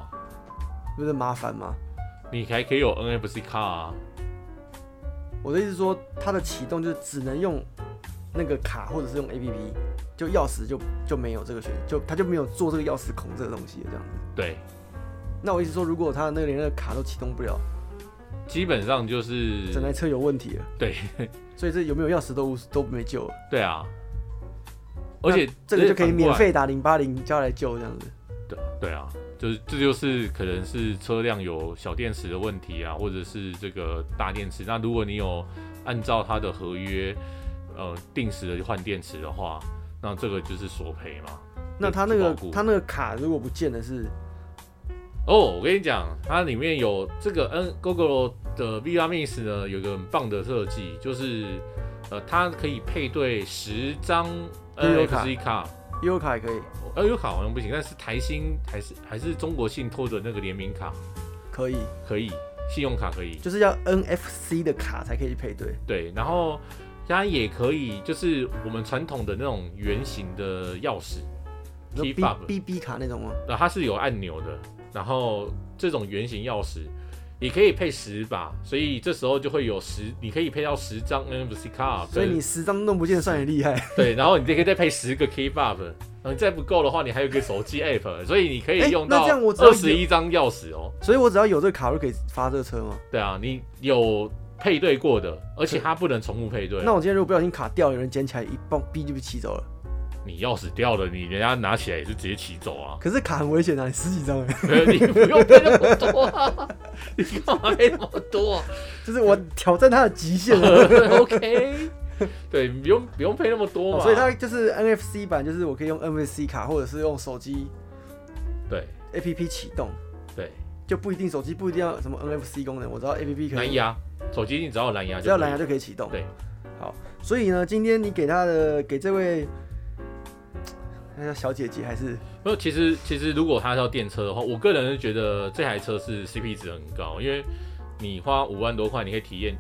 Speaker 1: 不是麻烦吗？
Speaker 2: 你还可以有 NFC 卡啊，
Speaker 1: 我的意思是说，它的启动就是只能用那个卡或者是用 APP，就钥匙就就没有这个选，就它就没有做这个钥匙孔这个东西了这样子。
Speaker 2: 对，
Speaker 1: 那我意思说，如果它那个连那个卡都启动不了，
Speaker 2: 基本上就是
Speaker 1: 整台车有问题了。
Speaker 2: 对， <laughs>
Speaker 1: 所以这有没有钥匙都无都没救了。
Speaker 2: 对啊，而且
Speaker 1: 那这个就可以
Speaker 2: 反过来
Speaker 1: 免费打零八零叫来救这样子。
Speaker 2: 对对啊，就是这就是可能是车辆有小电池的问题啊，或者是这个大电池。那如果你有按照它的合约，呃，定时的去换电池的话，那这个就是索赔嘛。
Speaker 1: 那它那个
Speaker 2: 就不保固
Speaker 1: 它那个卡如果不见了是，
Speaker 2: 哦，我跟你讲，它里面有这个 N Google 的 VR Mix 呢，有一个很棒的设计，就是呃，它可以配对十张
Speaker 1: 悠游卡
Speaker 2: NFC 卡，
Speaker 1: 优卡也可以，
Speaker 2: 呃，有卡好像不行，但是台新还是还是中国信托的那个联名卡
Speaker 1: 可以，
Speaker 2: 可以，信用卡可以。
Speaker 1: 就是要 NFC 的卡才可以配对。
Speaker 2: 对，然后它也可以，就是我们传统的那种圆形的钥匙
Speaker 1: 你
Speaker 2: ，key
Speaker 1: 说
Speaker 2: fob，
Speaker 1: B B B 卡那种吗？
Speaker 2: 那它是有按钮的，然后这种圆形钥匙也可以配十把，所以这时候就会有十，你可以配到十张 NFC 卡，
Speaker 1: 所以 <laughs>
Speaker 2: 跟
Speaker 1: 你十张弄不见算你厉害。
Speaker 2: 对，然后你就可以再配十个 key fob，然后你再不够的话，你还有一个手机 app，所以你可以
Speaker 1: 诶
Speaker 2: 用
Speaker 1: 那
Speaker 2: 到
Speaker 1: 这样我只要
Speaker 2: 二十一张钥匙哦。
Speaker 1: 所以我只要有这个卡，我就可以发这个车吗？
Speaker 2: 对啊，你有配对过的，而且它不能重复配对。
Speaker 1: 那我今天如果不小心卡掉，有人捡起来一棒，B 就被骑走了。
Speaker 2: 你钥匙掉了，你人家拿起来也是直接骑走啊。
Speaker 1: 可是卡很危险啊，你十几张
Speaker 2: <laughs>
Speaker 1: 哎，
Speaker 2: 你不用配那么多啊，你干嘛配那么多、啊、
Speaker 1: 就是我挑战它的极限啊
Speaker 2: <laughs>
Speaker 1: 了。
Speaker 2: ？OK，对，你不用不用配那么多
Speaker 1: 哦
Speaker 2: 嘛。
Speaker 1: 所以它就是 NFC 版，就是我可以用 NFC 卡，或者是用手机
Speaker 2: 对
Speaker 1: APP 启动，
Speaker 2: 对
Speaker 1: 就不一定手机不一定要什么 NFC 功能，我知道 APP 可
Speaker 2: 蓝
Speaker 1: 以，
Speaker 2: 牙手机你只要有蓝牙就
Speaker 1: 只要
Speaker 2: 可以
Speaker 1: 蓝牙就可以启动。
Speaker 2: 对，
Speaker 1: 好，所以呢，今天你给他的给这位，那叫小姐姐还是
Speaker 2: 没有，其实其实如果它是要电车的话，我个人是觉得这台车是 CP 值很高，因为你花五万多块，你可以体验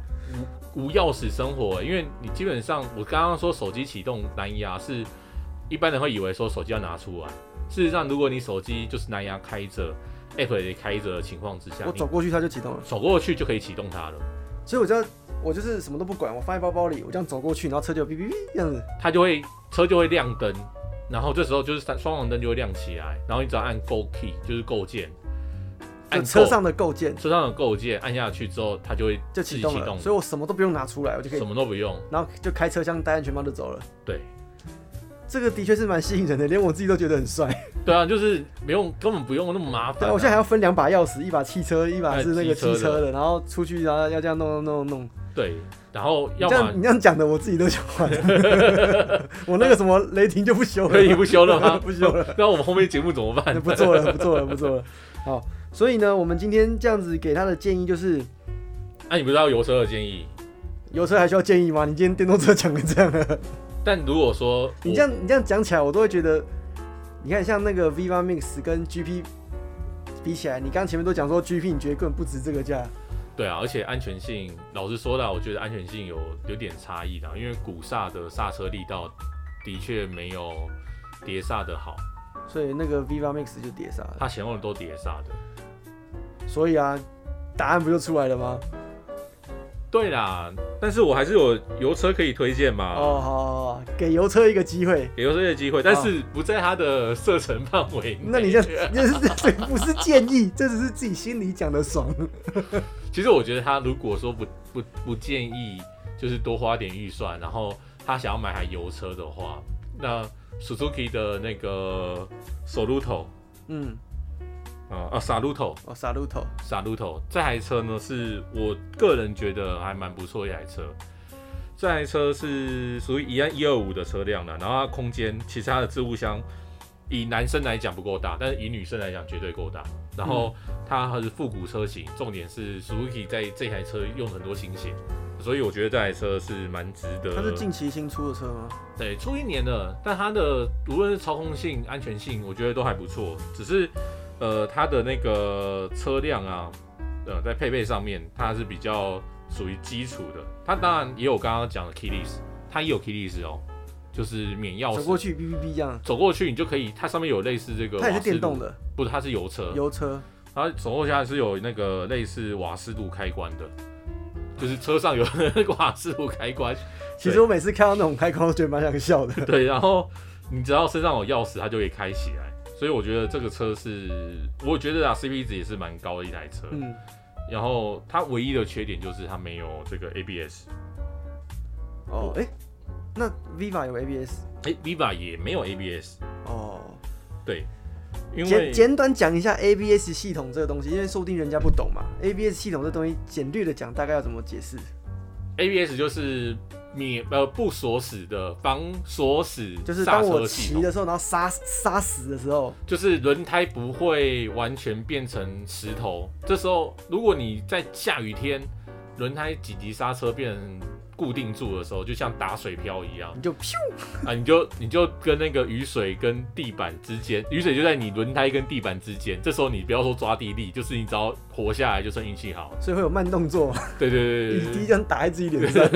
Speaker 2: 无无钥匙生活、因为你基本上我刚刚说手机启动蓝牙是一般人会以为说手机要拿出来，事实上如果你手机就是蓝牙开着，app 也开着的情况之下，
Speaker 1: 我
Speaker 2: 你
Speaker 1: 走过去它就启动了，
Speaker 2: 走过去就可以启动它了，
Speaker 1: 所以我就要我就是什么都不管，我放在包包里，我这样走过去，然后车就哔哔哔这样子。
Speaker 2: 它就会车就会亮灯，然后这时候就是三双黄灯就会亮起来，然后你只要按 Go Key 就是构建，
Speaker 1: 就
Speaker 2: 按
Speaker 1: 车
Speaker 2: Go
Speaker 1: 上的构件
Speaker 2: 车上的构件按下去之后，它就会
Speaker 1: 就
Speaker 2: 自
Speaker 1: 启
Speaker 2: 己
Speaker 1: 动
Speaker 2: 启
Speaker 1: 了，
Speaker 2: 动，
Speaker 1: 所以我什么都不用拿出来，我就可
Speaker 2: 什
Speaker 1: 以，
Speaker 2: 么都不用。
Speaker 1: 然后就开车厢戴安全帽就走了。
Speaker 2: 对，
Speaker 1: 这个的确是蛮吸引人的，连我自己都觉得很帅。
Speaker 2: 对啊，就是不用，根本不用那么麻烦、啊
Speaker 1: 对，啊我现在还要分两把钥匙，一把汽车，一把
Speaker 2: 哎
Speaker 1: 是那个
Speaker 2: 机车
Speaker 1: 汽
Speaker 2: 的
Speaker 1: 车的，然后出去，然后要这样弄弄弄弄。
Speaker 2: 对，然后
Speaker 1: 你
Speaker 2: 要
Speaker 1: 这样
Speaker 2: 么
Speaker 1: 你这样讲的，我自己都想玩。我那个什么雷霆就不修
Speaker 2: 可以
Speaker 1: 了，
Speaker 2: 不修了吗？
Speaker 1: <laughs> 不修了，
Speaker 2: <laughs> 那我们后面节目怎么办？
Speaker 1: 不做了，不做了，不做了。好，所以呢，我们今天这样子给他的建议就是，
Speaker 2: 那、啊你不知道油车的建议，
Speaker 1: 有车还需要建议吗？你今天电动车讲成这样了，
Speaker 2: 但如果说我
Speaker 1: 你这样你这样讲起来，我都会觉得，你看像那个 Viva Mix 跟 GP 比起来，你刚前面都讲说 GP 你觉得根本不值这个价，
Speaker 2: 对啊，而且安全性，老实说啦，我觉得安全性有有点差异啦，因为鼓刹的刹车力道的确没有碟刹的好，
Speaker 1: 所以那个 Viva Mix 就跌杀了。
Speaker 2: 它前后都碟刹的。
Speaker 1: 所以啊，答案不就出来了吗？
Speaker 2: 对啦，但是我还是有油车可以推荐嘛。
Speaker 1: 哦，好好好，给油车一个机会。
Speaker 2: 也有这个机会，但是不在他的射程范围内。
Speaker 1: 哦那你这样，这是这不是建议，这只是自己心里讲的爽。
Speaker 2: 其实我觉得他如果说不不不建议，就是多花点预算，然后他想要买台油车的话，那 Suzuki 的那个 Soluto
Speaker 1: 嗯，
Speaker 2: 啊啊 Saluto
Speaker 1: 哦，傻路头，
Speaker 2: Saluto 这台车呢，是我个人觉得还蛮不错的一台车。这台车是属于一样一二五的车辆啦，然后它空间其实它的置物箱以男生来讲不够大，但是以女生来讲绝对够大。然后
Speaker 1: 嗯
Speaker 2: 它还是复古车型，重点是 Suzuki 在这台车用了很多心血，所以我觉得这台车是蛮值得。
Speaker 1: 它是近期新出的车吗？
Speaker 2: 对，出一年了，但它的无论是操控性、安全性，我觉得都还不错。只是，呃，它的那个车辆啊，呃，在配备上面，它是比较属于基础的。它当然也有刚刚讲的 keyless，它也有 keyless 哦，就是免钥匙。
Speaker 1: 走过去，哔哔哔这样，
Speaker 2: 走过去你就可以，它上面有类似这个。
Speaker 1: 它也是电动，的
Speaker 2: 不，它是油车。
Speaker 1: 油车，
Speaker 2: 它手后箱是有那个类似瓦斯炉开关的，就是车上有那个 <laughs> 瓦斯炉开关，
Speaker 1: 其实我每次看到那种开关，我觉得蛮想笑 <laughs> 的。
Speaker 2: 对，然后你只要身上有钥匙，它就可以开起来。所以我觉得这个车是，我觉得啊，CP 值也是蛮高的一台车。
Speaker 1: 嗯，
Speaker 2: 然后它唯一的缺点就是它没有这个 ABS，
Speaker 1: 哦，哎、那 Viva 有 ABS
Speaker 2: 哎、v i v a 也没有 ABS，
Speaker 1: 哦。
Speaker 2: 对，因为
Speaker 1: 简简短讲一下 ABS 系统这个东西，因为说不定人家不懂嘛。ABS 系统这东西，简略的讲，大概要怎么解释？
Speaker 2: ABS 就是免呃不锁死的防锁死
Speaker 1: 就是
Speaker 2: 刹
Speaker 1: 当
Speaker 2: 车
Speaker 1: 我
Speaker 2: 系
Speaker 1: 骑
Speaker 2: 统，
Speaker 1: 的时候，然后刹刹死的时候，
Speaker 2: 就是轮胎不会完全变成石头。这时候如果你在下雨天，轮胎紧急刹车变成固定住的时候，就像打水漂一
Speaker 1: <laughs>
Speaker 2: 样
Speaker 1: 你就咻，
Speaker 2: 啊，你就你就跟那个雨水跟地板之间，雨水就在你轮胎跟地板之间。这时候你不要说抓地力，就是你只要活下来就算运气好。
Speaker 1: 所以会有慢动作，
Speaker 2: 对对对对
Speaker 1: 雨
Speaker 2: 对对
Speaker 1: 滴这样打在自己脸上。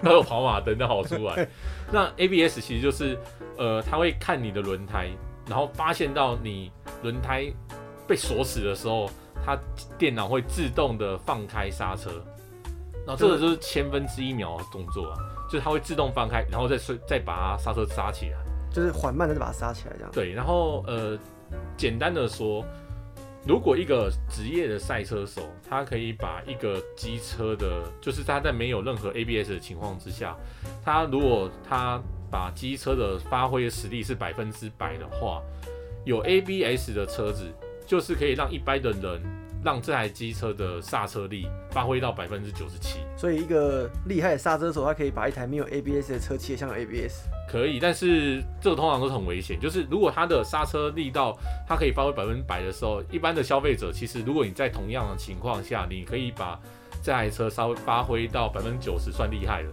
Speaker 2: 还有跑马灯的好出来。 <laughs> 那 ABS 其实就是，呃，它会看你的轮胎，然后发现到你轮胎被锁死的时候，它电脑会自动的放开刹车。然后这个就是千分之一秒的动作啊，就是它会自动放开，然后再随再把它刹车刹起来。
Speaker 1: 就是缓慢的把它刹起来这样。
Speaker 2: 对，然后呃，简单的说，如果一个职业的赛车手，他可以把一个机车的，就是他在没有任何 ABS 的情况之下，他如果他把机车的发挥实力是百分之百的话，有 ABS 的车子就是可以让一般的人让这台机车的刹车力发挥到百分之九十七。
Speaker 1: 所以一个厉害的刹车手，他可以把一台没有 ABS 的车骑得像有 ABS。
Speaker 2: 可以，但是这个通常都是很危险。就是如果它的刹车力道它可以发挥百分之百的时候，一般的消费者其实如果你在同样的情况下，你可以把这台车稍微发挥到百分之九十算厉害了，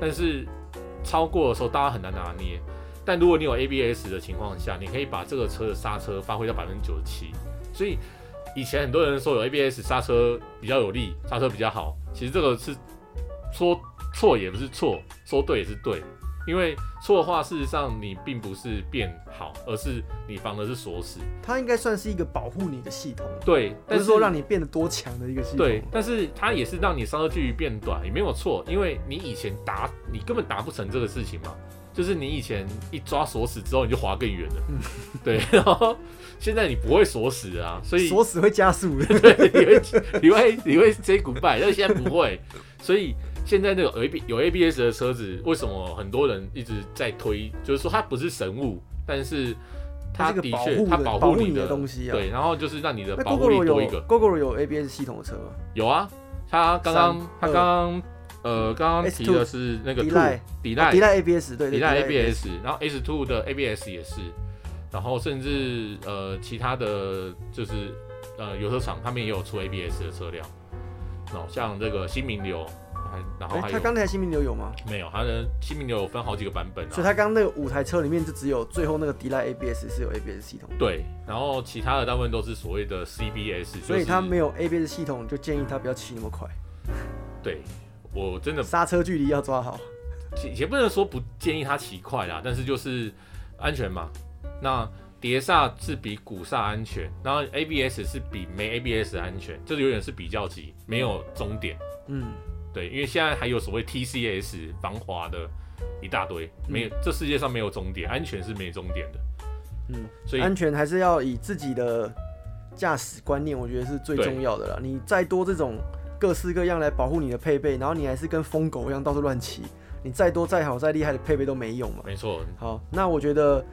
Speaker 2: 但是超过的时候大家很难拿捏。但如果你有 ABS 的情况下，你可以把这个车的刹车发挥到百分之九十七。所以以前很多人说有 ABS 刹车比较有力，刹车比较好，其实这个是说错也不是错，说对也是对。因为错的话，事实上你并不是变好，而是你防的是锁死。
Speaker 1: 它应该算是一个保护你的系统，啊
Speaker 2: 对，
Speaker 1: 不
Speaker 2: 但
Speaker 1: 是
Speaker 2: 是
Speaker 1: 说让你变得多强的一个系统。
Speaker 2: 对，但是它也是让你刹车距离变短，也没有错，因为你以前达你根本达不成这个事情嘛，就是你以前一抓锁死之后你就滑更远了，
Speaker 1: 嗯
Speaker 2: 对，然后现在你不会锁死啊，所以
Speaker 1: 锁死会加速的。
Speaker 2: <laughs> 对，你会你会你会 say goodbye，但是现在不会，所以现在那个有 A B 有 A B S 的车子，为什么很多人一直在推？就是说它不是神物，但是它
Speaker 1: 它是
Speaker 2: 的
Speaker 1: 个保
Speaker 2: 确
Speaker 1: 护
Speaker 2: 它
Speaker 1: 的
Speaker 2: 保
Speaker 1: 保护
Speaker 2: 你
Speaker 1: 你的东西啊
Speaker 2: 对，然后就是让你的
Speaker 1: 那
Speaker 2: 保护力
Speaker 1: GoGo 有
Speaker 2: 多一个。
Speaker 1: GoGo 有 ABS 系统的车吗
Speaker 2: 有啊，他刚刚他
Speaker 1: 三二
Speaker 2: 刚刚呃刚刚提
Speaker 1: S2
Speaker 2: 的是那个
Speaker 1: Delay
Speaker 2: two 抵赖
Speaker 1: 哦迪赖 ABS 对对，
Speaker 2: 抵赖
Speaker 1: Delay
Speaker 2: ABS，然后 S two 的 ABS 也是，然后甚至呃其他的就是呃油车厂他们也有出 ABS 的车辆，然后像这个新名流，还然后
Speaker 1: 哎，
Speaker 2: 还
Speaker 1: 他
Speaker 2: 有、
Speaker 1: 刚那台新名流有吗？
Speaker 2: 没有它的新名流有分好几个版本
Speaker 1: 所以
Speaker 2: 啊，
Speaker 1: 他刚那个五台车里面就只有最后那个迪赖 ABS 是有 ABS 系统的，
Speaker 2: 对，然后其他的大部分都是所谓的 CBS，、就是、
Speaker 1: 所以他没有 ABS 系统，就建议他不要骑那么快，
Speaker 2: 对。我真的
Speaker 1: 刹车距离要抓好。
Speaker 2: 也也不能说不建议他骑快啦，但是就是安全嘛。那碟刹是比鼓刹安全，然后 ABS 是比没 ABS 安全，这个有点是比较级，没有终点。
Speaker 1: 嗯，
Speaker 2: 对，因为现在还有所谓 TCS 防滑的一大堆，没有、这世界上没有终点，安全是没终点的。
Speaker 1: 嗯，
Speaker 2: 所以
Speaker 1: 安全还是要以自己的驾驶观念，我觉得是最
Speaker 2: 对
Speaker 1: 重要的啦。你再多这种各式各样来保护你的配备，然后你还是跟疯狗一样到处乱骑，你再多再好再厉害的配备都没用嘛。
Speaker 2: 没错，
Speaker 1: 好，那我觉得，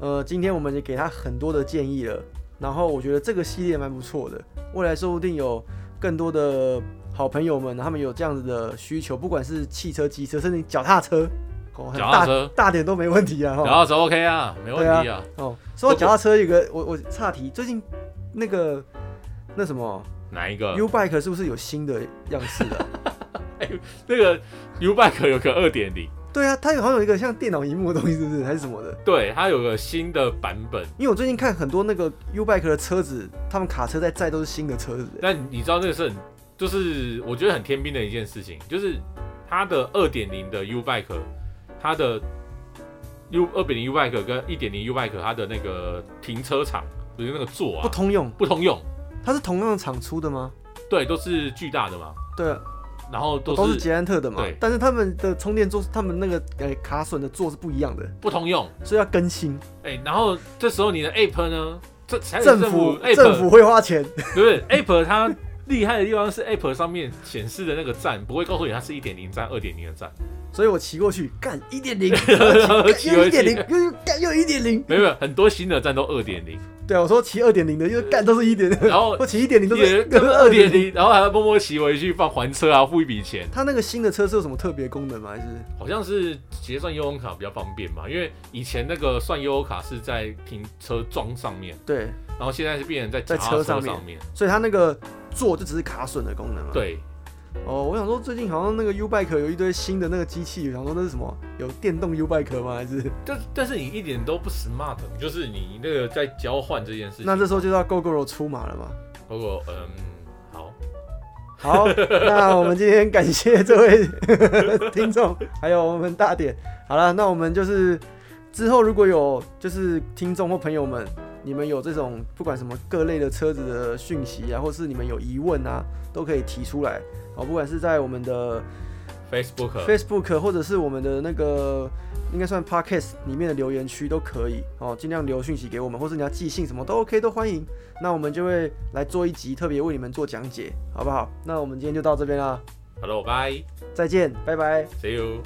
Speaker 1: 呃，今天我们也给他很多的建议了，然后我觉得这个系列蛮不错的，未来说不定有更多的好朋友们，他们有这样子的需求，不管是汽车、机车，甚至脚踏车，哦，很
Speaker 2: 脚踏
Speaker 1: 大
Speaker 2: 车
Speaker 1: 大点都没问题啊，哈、
Speaker 2: 然后是 OK 啊，没问题啊。
Speaker 1: 哦，说到脚踏车，有个我我岔题，最近那个那什么
Speaker 2: 哪一个？
Speaker 1: U Bike 是不是有新的样式啊了？
Speaker 2: <laughs> 那个 U Bike 有个二点零，
Speaker 1: 对啊，它有好像有一个像电脑荧幕的东西，是不是还是什么的？
Speaker 2: 对，它有个新的版本。
Speaker 1: 因为我最近看很多那个 U Bike 的车子，他们卡车在载都是新的车子。
Speaker 2: 但你知道那个是很，就是我觉得很天兵的一件事情，就是它的二点零的 U bike，它的 U 二点零 U bike 跟一点零 U bike 它的那个停车场，就是那个座
Speaker 1: 不
Speaker 2: 啊，
Speaker 1: 通用，
Speaker 2: 不通用，
Speaker 1: 它是同样的厂出的吗？
Speaker 2: 对，都是巨大的嘛，
Speaker 1: 对啊，
Speaker 2: 然后都
Speaker 1: 都是
Speaker 2: 是
Speaker 1: 捷安特的嘛
Speaker 2: 对。
Speaker 1: 但是他们的充电座，他们那个呃卡榫的座是不一样的，
Speaker 2: 不通用。
Speaker 1: 所以要更新。
Speaker 2: 哎、然后这时候你的 app 呢？这才有
Speaker 1: 政
Speaker 2: 哎府
Speaker 1: 府
Speaker 2: app
Speaker 1: 政府会花钱，
Speaker 2: 不是 app 它厉害的地方是 app 上面显示的那个站不会告诉你它是一点零站、二点零的站，
Speaker 1: 所以我骑过去干一点零，
Speaker 2: <laughs> 骑
Speaker 1: 又
Speaker 2: 回
Speaker 1: 一
Speaker 2: 去
Speaker 1: 点零，又又干又一点零。
Speaker 2: 没有没有很多新的站都二点零，
Speaker 1: 对啊，我说骑二点零的，因为干都是一点，
Speaker 2: 然后
Speaker 1: <laughs> 我骑一点零都是
Speaker 2: 也
Speaker 1: 都是
Speaker 2: 二点
Speaker 1: 2.0。
Speaker 2: 零，然后还要默默骑回去放还车啊，付一笔钱。
Speaker 1: 它那个新的车是有什么特别功能吗？还是
Speaker 2: 好像是结算悠游卡比较方便嘛，因为以前那个算悠游卡是在停车桩上面，
Speaker 1: 对？
Speaker 2: 然后现在是变成在脚踏
Speaker 1: 在车
Speaker 2: 车
Speaker 1: 上面
Speaker 2: 上面。
Speaker 1: 所以它那个座就只是卡榫的功能嘛。。
Speaker 2: 对，
Speaker 1: 哦，我想说最近好像那个 U Bike 有一堆新的那个机器，然后那是什么？有电动 U Bike 吗？还是？
Speaker 2: 但但是你一点都不 smart，就是你那个在交换这件事情。
Speaker 1: 那这时候就要 GoGoRo 出马了嘛。
Speaker 2: 不过嗯，好，
Speaker 1: 好，那我们今天感谢这位 <laughs> 听众，还有我们大典。好了，那我们就是之后如果有就是听众或朋友们，你们有这种不管什么各类的车子的讯息啊，或是你们有疑问啊，都可以提出来。好，不管是在我们的
Speaker 2: Facebook
Speaker 1: Facebook 或者是我们的那个应该算 Podcast 里面的留言区都可以哦，尽量留讯息给我们，或是你要寄信什么都 OK 都欢迎。那我们就会来做一集特别为你们做讲解，好不好？那我们今天就到这边啦，
Speaker 2: Hello，拜
Speaker 1: 再见，拜拜。
Speaker 2: ，See you。